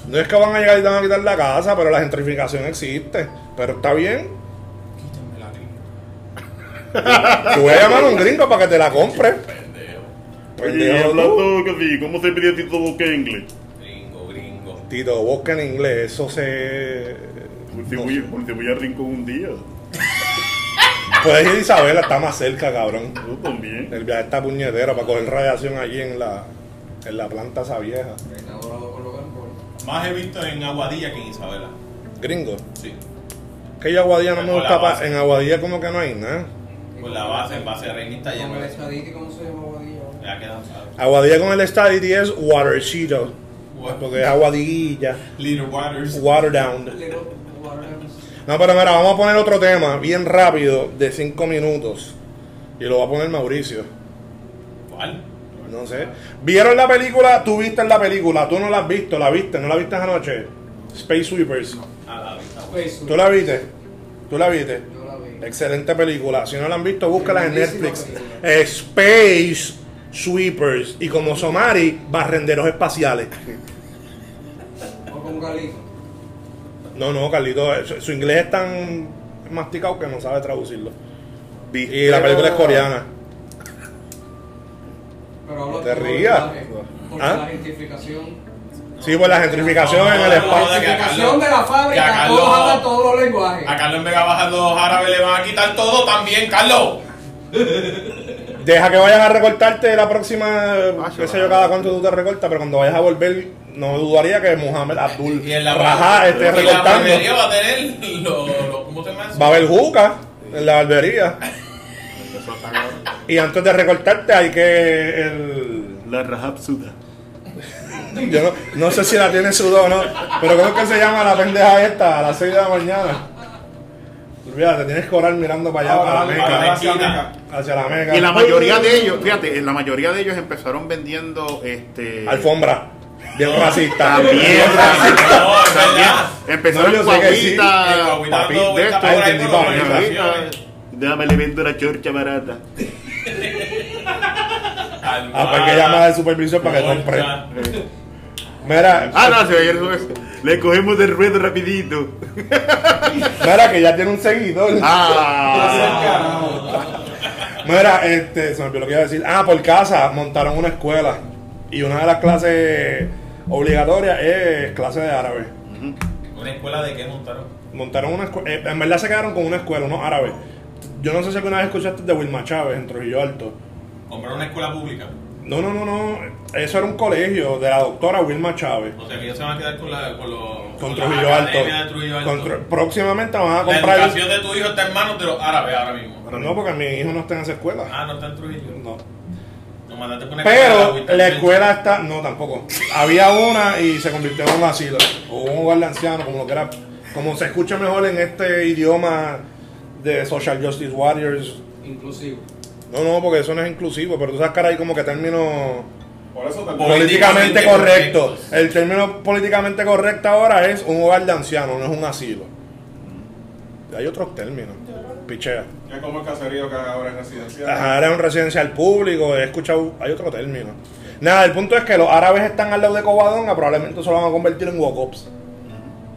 [SPEAKER 3] No es que van a llegar y te van a quitar la casa, pero la gentrificación existe. Pero está bien.
[SPEAKER 2] Quítenme la gringa.
[SPEAKER 3] Te voy a llamar a un gringo para que te la compre.
[SPEAKER 2] Pendejo.
[SPEAKER 5] Y
[SPEAKER 3] Pendejo tú.
[SPEAKER 5] hablando que sí, ¿cómo se pide Tito Boca en inglés?
[SPEAKER 2] Gringo, gringo.
[SPEAKER 3] Tito Bosque en inglés, eso se.
[SPEAKER 5] Por si voy, por si voy a Rincón un día.
[SPEAKER 3] Puedes ir a Isabela, está más cerca, cabrón.
[SPEAKER 5] Yo también.
[SPEAKER 3] El viaje está puñetero para coger radiación allí en la, en la planta esa vieja.
[SPEAKER 6] Está adorado con Logan Paul.
[SPEAKER 2] Más he visto en Aguadilla que en Isabela.
[SPEAKER 3] Gringo,
[SPEAKER 2] Sí.
[SPEAKER 3] que yo Aguadilla no me
[SPEAKER 2] Por la
[SPEAKER 3] gusta. pa-
[SPEAKER 2] base.
[SPEAKER 3] en Aguadilla, como que no hay nada.
[SPEAKER 2] Con la base, en base de Reinita ya
[SPEAKER 6] Con el
[SPEAKER 2] me
[SPEAKER 6] estadístico, ¿cómo se llama Guadilla?
[SPEAKER 2] me ha quedado ¿sabes?
[SPEAKER 3] Aguadilla con el Stadity es Watercito.
[SPEAKER 2] Wa-
[SPEAKER 3] Porque es Aguadilla,
[SPEAKER 2] Little Waters.
[SPEAKER 3] Waterdown.
[SPEAKER 6] Little Waters.
[SPEAKER 3] No, pero mira, vamos a poner otro tema bien rápido de 5 minutos. Y lo va a poner Mauricio.
[SPEAKER 2] ¿Cuál?
[SPEAKER 3] No sé. ¿Vieron la película? ¿Tú viste la película? ¿Tú no la has visto? ¿La viste? ¿No la viste anoche? Space Sweepers.
[SPEAKER 2] A la vista.
[SPEAKER 6] Facebook.
[SPEAKER 3] ¿Tú la viste? ¿Tú la viste?
[SPEAKER 6] Yo la vi.
[SPEAKER 3] Excelente película. Si no la han visto, búscala en
[SPEAKER 6] Buenísima
[SPEAKER 3] Netflix.
[SPEAKER 6] película.
[SPEAKER 3] Space Sweepers. Y como Somari, barrenderos espaciales.
[SPEAKER 6] O con Galito.
[SPEAKER 3] No, no, Carlito, eh, su, su inglés es tan masticado que no sabe traducirlo. Y
[SPEAKER 4] ¿Viste
[SPEAKER 3] la película es coreana.
[SPEAKER 6] Pero hablo
[SPEAKER 3] Te
[SPEAKER 6] de
[SPEAKER 3] rías.
[SPEAKER 6] eh, Por
[SPEAKER 3] ¿Ah?
[SPEAKER 6] la gentrificación.
[SPEAKER 3] Sí, pues la gentrificación en el
[SPEAKER 6] La
[SPEAKER 3] espacio.
[SPEAKER 6] gentrificación de la
[SPEAKER 2] Que a
[SPEAKER 6] fábrica,
[SPEAKER 2] Carlos-
[SPEAKER 6] todos hablan todos los lenguajes.
[SPEAKER 2] A Carlos en Vega Baja los árabes le van a quitar todo también, Carlos.
[SPEAKER 3] Deja que vayas a recortarte la próxima,
[SPEAKER 4] Ah,
[SPEAKER 3] qué sé
[SPEAKER 4] chaval.
[SPEAKER 3] yo, cada cuánto tú te recortas, pero cuando vayas a volver, no dudaría que Mohamed Abdul
[SPEAKER 2] Y en la
[SPEAKER 3] Rajá
[SPEAKER 2] y
[SPEAKER 3] esté
[SPEAKER 2] en la
[SPEAKER 3] recortando.
[SPEAKER 2] barbería va a tener lo, lo- ¿cómo se llama eso?
[SPEAKER 3] Va a haber juca en la barbería.
[SPEAKER 4] Eso está cabrón.
[SPEAKER 3] Y antes de recortarte hay que... El...
[SPEAKER 5] La rajapsuda.
[SPEAKER 3] Yo no, no sé si la tiene sudor o no, pero ¿cómo es que se llama la pendeja esta a las 6 de la mañana? Olvídate, tienes que orar mirando para allá, para la
[SPEAKER 2] a la
[SPEAKER 3] meca,
[SPEAKER 2] esquina.
[SPEAKER 3] hacia la meca.
[SPEAKER 4] Y la mayoría de ellos, fíjate, la mayoría de ellos empezaron vendiendo este.
[SPEAKER 3] Alfombra, bien racista.
[SPEAKER 4] También,
[SPEAKER 3] <laughs>
[SPEAKER 2] No,
[SPEAKER 4] racista.
[SPEAKER 2] <laughs> es verdad.
[SPEAKER 4] Empezaron
[SPEAKER 3] No, yo sé que sí.
[SPEAKER 2] El
[SPEAKER 4] guaguitas,
[SPEAKER 2] guaguita
[SPEAKER 4] papi,
[SPEAKER 2] dando
[SPEAKER 4] de
[SPEAKER 2] vueltas
[SPEAKER 4] esto,
[SPEAKER 2] por ahí
[SPEAKER 3] entendí,
[SPEAKER 2] por
[SPEAKER 3] papi,
[SPEAKER 2] las organizaciones.
[SPEAKER 5] Déjame le vendo una chorcha barata.
[SPEAKER 3] Ah, pues que llama de supervisión para que
[SPEAKER 2] Almohada,
[SPEAKER 3] compre.
[SPEAKER 2] bolsa.
[SPEAKER 3] Mira,
[SPEAKER 4] Ah, no, se veía eso. pues. eso.
[SPEAKER 5] Le cogemos del ruedo rapidito.
[SPEAKER 3] mira que ya tiene un seguidor.
[SPEAKER 4] Ah,
[SPEAKER 3] Mira, este, se me olvidó lo que iba a decir. Ah, por casa montaron una escuela. Y una de las clases obligatorias es clase de árabe.
[SPEAKER 2] ¿Una escuela de qué montaron?
[SPEAKER 3] Montaron una escuela. en verdad se quedaron con una escuela, unos árabes. Yo no sé si alguna vez escuchaste de Wilma Chávez en Trujillo Alto.
[SPEAKER 2] Compraron una escuela pública.
[SPEAKER 3] No, no, no, no. Eso era un colegio de la doctora Wilma Chávez.
[SPEAKER 2] O sea que ellos se van a quedar con la con los
[SPEAKER 3] Con
[SPEAKER 2] las
[SPEAKER 3] Trujillo Alto.
[SPEAKER 2] academias de Trujillo Alto.
[SPEAKER 3] Con Tru- próximamente van a
[SPEAKER 2] La
[SPEAKER 3] comprar.
[SPEAKER 2] educación de tu hijo está en manos de los árabes ahora mismo.
[SPEAKER 3] No, porque mi hijo no está en esa escuela.
[SPEAKER 2] Ah, no está en Trujillo.
[SPEAKER 3] No.
[SPEAKER 2] Nos mandaste por una escuela de
[SPEAKER 3] Pero
[SPEAKER 2] Winston
[SPEAKER 3] la
[SPEAKER 2] Churchill.
[SPEAKER 3] escuela está. No, tampoco. Había una y se convirtió en un asilo. O un hogar de ancianos, como lo que era. Como se escucha mejor en este idioma de Social Justice Warriors.
[SPEAKER 6] Inclusivo.
[SPEAKER 3] No, no, porque eso no es inclusivo, pero tú sabes, cara, hay como que término
[SPEAKER 8] Por eso
[SPEAKER 2] Por-
[SPEAKER 8] también.
[SPEAKER 3] políticamente
[SPEAKER 2] Políticamente
[SPEAKER 3] correcto.
[SPEAKER 2] correctos.
[SPEAKER 3] El término políticamente correcto ahora es un hogar de ancianos, no es un asilo. Hay otros términos. Pichea.
[SPEAKER 8] Es como el caserío que ahora es residencial.
[SPEAKER 3] Ajá, era un residencial público, he escuchado, hay otro término. Nada, el punto es que los árabes están al lado de Covadonga, probablemente se lo van a convertir en wokops.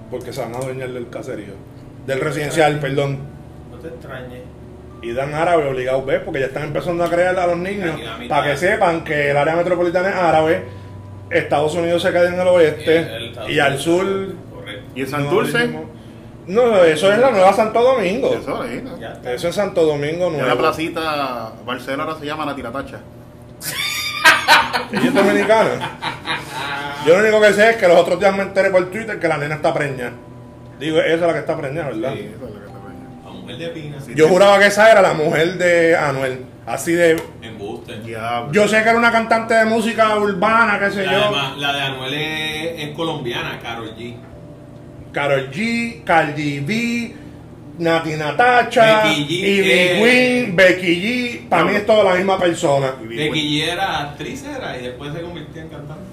[SPEAKER 3] Porque se van a adueñar del caserío. Del residencial, perdón.
[SPEAKER 2] No te extrañes.
[SPEAKER 3] Y dan árabe obligados, ¿ves? Porque ya están empezando a creer a los niños
[SPEAKER 2] Aquí la mitad.
[SPEAKER 3] para que sepan que el área metropolitana es árabe, Estados Unidos se queda en el
[SPEAKER 2] Y el-
[SPEAKER 3] oeste
[SPEAKER 2] el Estados
[SPEAKER 3] Este, y al
[SPEAKER 2] Unidos.
[SPEAKER 3] sur.
[SPEAKER 2] Correcto.
[SPEAKER 4] y
[SPEAKER 3] no,
[SPEAKER 4] en Santurce.
[SPEAKER 3] el mismo- No, eso es la nueva Santo Domingo.
[SPEAKER 4] Eso, ahí, ¿no?
[SPEAKER 2] Ya está.
[SPEAKER 3] Eso es Santo Domingo
[SPEAKER 4] En la
[SPEAKER 3] Nuevo.
[SPEAKER 4] placita, Barcelona ahora se llama la tiratacha.
[SPEAKER 3] Ella es dominicana. Yo lo único que sé es que los otros días me enteré por Twitter que la nena está preña. Digo, esa es la que está preña, ¿verdad?
[SPEAKER 4] Sí, eso es lo que te veo.
[SPEAKER 2] A mujer de pina.
[SPEAKER 3] Yo juraba que esa era la mujer de Anuel. Así de.
[SPEAKER 2] Embuste.
[SPEAKER 4] Diablo.
[SPEAKER 3] Yo sé que era una cantante de música urbana, qué sé
[SPEAKER 2] Y
[SPEAKER 3] yo.
[SPEAKER 2] además, la de Anuel es, es colombiana, Carol G.
[SPEAKER 3] Carol G, Cardi B, Nati Natacha,
[SPEAKER 2] Becky G,
[SPEAKER 3] Ivy
[SPEAKER 2] eh.
[SPEAKER 3] Queen, Becky G. Para mí es toda la misma persona.
[SPEAKER 2] De Guillera, actriz era y después se convirtió en cantante.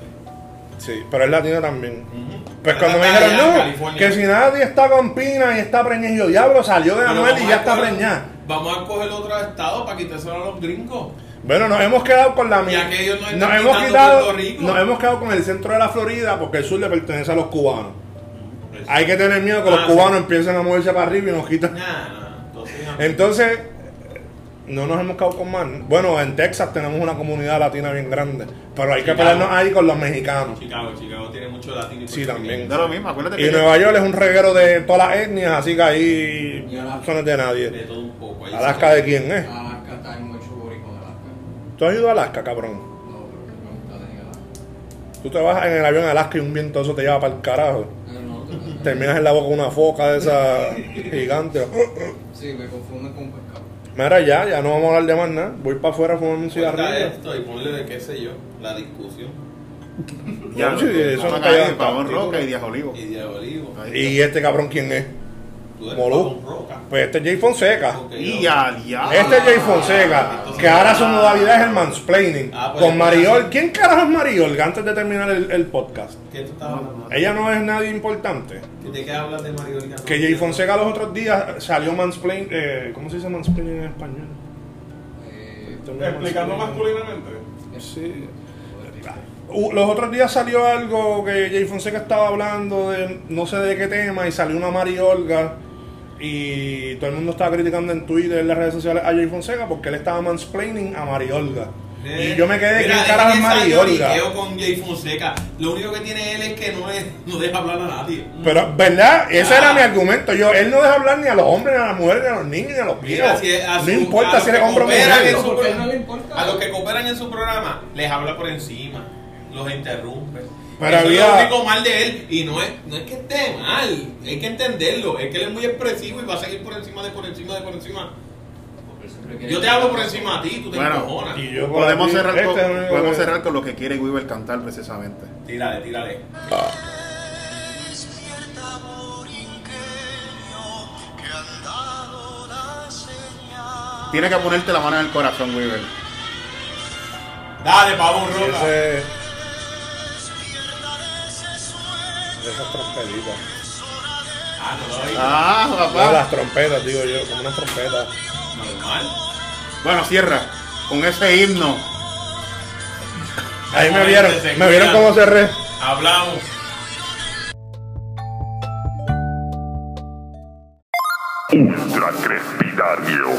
[SPEAKER 3] Sí, pero es latina también. Pues
[SPEAKER 2] Pero
[SPEAKER 3] cuando me
[SPEAKER 2] Ah, está allá en
[SPEAKER 3] dijeron, no,
[SPEAKER 2] California.
[SPEAKER 3] que si nadie está con Pina y está preña, y yo, diablo, salió de
[SPEAKER 2] Pero
[SPEAKER 3] Anuel y
[SPEAKER 2] vamos
[SPEAKER 3] ya
[SPEAKER 2] a
[SPEAKER 3] está
[SPEAKER 2] coger-
[SPEAKER 3] preñada.
[SPEAKER 2] Vamos a coger otro estado para quitárselo a los gringos.
[SPEAKER 3] Bueno, nos hemos quedado con la mi-
[SPEAKER 2] Ya que ellos no están
[SPEAKER 3] nos hemos
[SPEAKER 2] quitando
[SPEAKER 3] quitado,
[SPEAKER 2] Puerto Rico.
[SPEAKER 3] nos hemos quedado con el centro de la Florida porque el sur le pertenece a los cubanos. Hay que tener miedo que los
[SPEAKER 2] Ah, sí.
[SPEAKER 3] cubanos empiecen a moverse para arriba y nos
[SPEAKER 2] <laughs>
[SPEAKER 3] quitan.
[SPEAKER 2] Nah, nah,
[SPEAKER 3] <laughs>
[SPEAKER 2] entonces, no.
[SPEAKER 3] Entonces, no nos hemos quedado con más. Bueno, en Texas tenemos una comunidad latina bien grande, pero hay que
[SPEAKER 2] Chicago.
[SPEAKER 3] pelearnos ahí con los mexicanos.
[SPEAKER 2] Chicago, Chicago tiene mucho latino. y
[SPEAKER 3] Sí, también.
[SPEAKER 4] Da lo mismo, acuérdate
[SPEAKER 3] Y
[SPEAKER 4] que.
[SPEAKER 3] Nueva York es un reguero de todas las etnias, así que ahí
[SPEAKER 6] Y Alaska.
[SPEAKER 3] eso no es de
[SPEAKER 2] De
[SPEAKER 3] nadie.
[SPEAKER 2] todo un poco. Ahí
[SPEAKER 3] Alaska de quién es.
[SPEAKER 6] Alaska está en mucho boricua de Alaska.
[SPEAKER 3] ¿Tú has ido a Alaska, cabrón?
[SPEAKER 6] No, pero que me gusta de Alaska.
[SPEAKER 3] Tú te vas en el avión a Alaska y un viento eso te lleva para el carajo.
[SPEAKER 6] Eh, no, te-
[SPEAKER 3] Terminas en la boca una foca de esa gigante.
[SPEAKER 6] Sí, me confunden con pescado.
[SPEAKER 3] Mira, ya, ya no vamos a hablar de más nada. Voy para afuera a fumarme un
[SPEAKER 2] Corta
[SPEAKER 3] cigarrillo.
[SPEAKER 2] esto y ponle de qué sé yo, la discusión.
[SPEAKER 4] Ya,
[SPEAKER 3] No, sí, eso
[SPEAKER 4] eso
[SPEAKER 3] no
[SPEAKER 4] no
[SPEAKER 3] cae en
[SPEAKER 4] Pavón
[SPEAKER 3] tanto.
[SPEAKER 4] Roca y Díaz Olivo.
[SPEAKER 2] Y de olivo.
[SPEAKER 3] ¿Y este cabrón quién es?
[SPEAKER 2] Tú eres
[SPEAKER 3] Molú.
[SPEAKER 2] Pabón Roca.
[SPEAKER 3] Pues este es Jay Fonseca.
[SPEAKER 2] Ok,
[SPEAKER 4] Y
[SPEAKER 2] no.
[SPEAKER 4] ya, ya.
[SPEAKER 3] Este es Jay Fonseca, que ahora su modalidad es el mansplaining.
[SPEAKER 2] Ah, pues,
[SPEAKER 3] Con Mariol. ¿Quién carajo es Mariol? Antes de terminar el, el podcast.
[SPEAKER 2] ¿Qué tú estás hablando?
[SPEAKER 3] Ella no es nadie importante.
[SPEAKER 2] ¿Que ¿De qué hablas de Mariolina?
[SPEAKER 3] Que Jay Fonseca los otros días salió mansplain... eh, ¿Cómo se dice mansplaining en español?
[SPEAKER 6] Eh,
[SPEAKER 8] Explicando masculinamente.
[SPEAKER 3] Sí. U- Los otros días salió algo que Jay Fonseca estaba hablando de no sé de qué tema y salió una Mariolga y todo el mundo estaba criticando en Twitter, en las redes sociales a Jay Fonseca porque él estaba mansplaining a Mariolga.
[SPEAKER 2] de-
[SPEAKER 3] Y yo me quedé,
[SPEAKER 2] Mira,
[SPEAKER 3] ¿quién
[SPEAKER 2] es
[SPEAKER 3] carajo es
[SPEAKER 2] esa
[SPEAKER 3] Mari Olga?
[SPEAKER 2] lloriqueo con Jay Fonseca. Lo único que tiene él es que no, es- no deja hablar a nadie.
[SPEAKER 3] Pero, ¿verdad? Ese
[SPEAKER 2] Ah.
[SPEAKER 3] era mi argumento. Yo, él no deja hablar ni a los hombres, ni a las mujeres, ni a los niños, ni a los
[SPEAKER 2] Mira,
[SPEAKER 3] viejos.
[SPEAKER 2] si es- a
[SPEAKER 3] no
[SPEAKER 2] su- a
[SPEAKER 3] importa
[SPEAKER 2] los
[SPEAKER 3] si eres
[SPEAKER 2] que
[SPEAKER 3] hombre o
[SPEAKER 2] cooperan
[SPEAKER 3] mujer.
[SPEAKER 2] en su
[SPEAKER 6] Porque
[SPEAKER 2] pro-
[SPEAKER 6] no le importa.
[SPEAKER 2] A los que cooperan en su programa, les habla por encima, los interrumpe.
[SPEAKER 3] Pero
[SPEAKER 2] Eso es lo
[SPEAKER 3] había-
[SPEAKER 2] único mal de él. Y no es, no es que esté mal, hay que entenderlo. Es que él es muy expresivo y va a seguir por encima de por encima de por encima. Yo te hablo por encima a ti, tú te
[SPEAKER 4] Bueno,
[SPEAKER 2] encojonas.
[SPEAKER 3] Y yo por
[SPEAKER 4] Podemos
[SPEAKER 3] aquí,
[SPEAKER 4] cerrar, con,
[SPEAKER 3] este es el único
[SPEAKER 4] podemos
[SPEAKER 3] que-
[SPEAKER 4] cerrar con lo que quiere Weaver cantar precisamente.
[SPEAKER 2] Tírale, tírale.
[SPEAKER 3] Ah,
[SPEAKER 9] Despierta borinqueño que han dado la señal.
[SPEAKER 4] Tiene que ponerte la mano en el corazón, Weaver.
[SPEAKER 2] Dale, pavón roca.
[SPEAKER 3] Ese,
[SPEAKER 9] Despierta de ese sueño.
[SPEAKER 3] esas trompetitas.
[SPEAKER 2] Ah, no lo oí.
[SPEAKER 4] Ah,
[SPEAKER 3] No,
[SPEAKER 4] papá.
[SPEAKER 3] las trompetas, digo yo, como unas trompetas.
[SPEAKER 2] Normal.
[SPEAKER 4] Bueno, cierra con ese himno.
[SPEAKER 3] Ahí me
[SPEAKER 2] Momento
[SPEAKER 3] vieron,
[SPEAKER 2] de
[SPEAKER 3] me vieron
[SPEAKER 2] seguridad.
[SPEAKER 3] cómo cerré.
[SPEAKER 2] Hablamos.
[SPEAKER 1] Ultra Crepidario.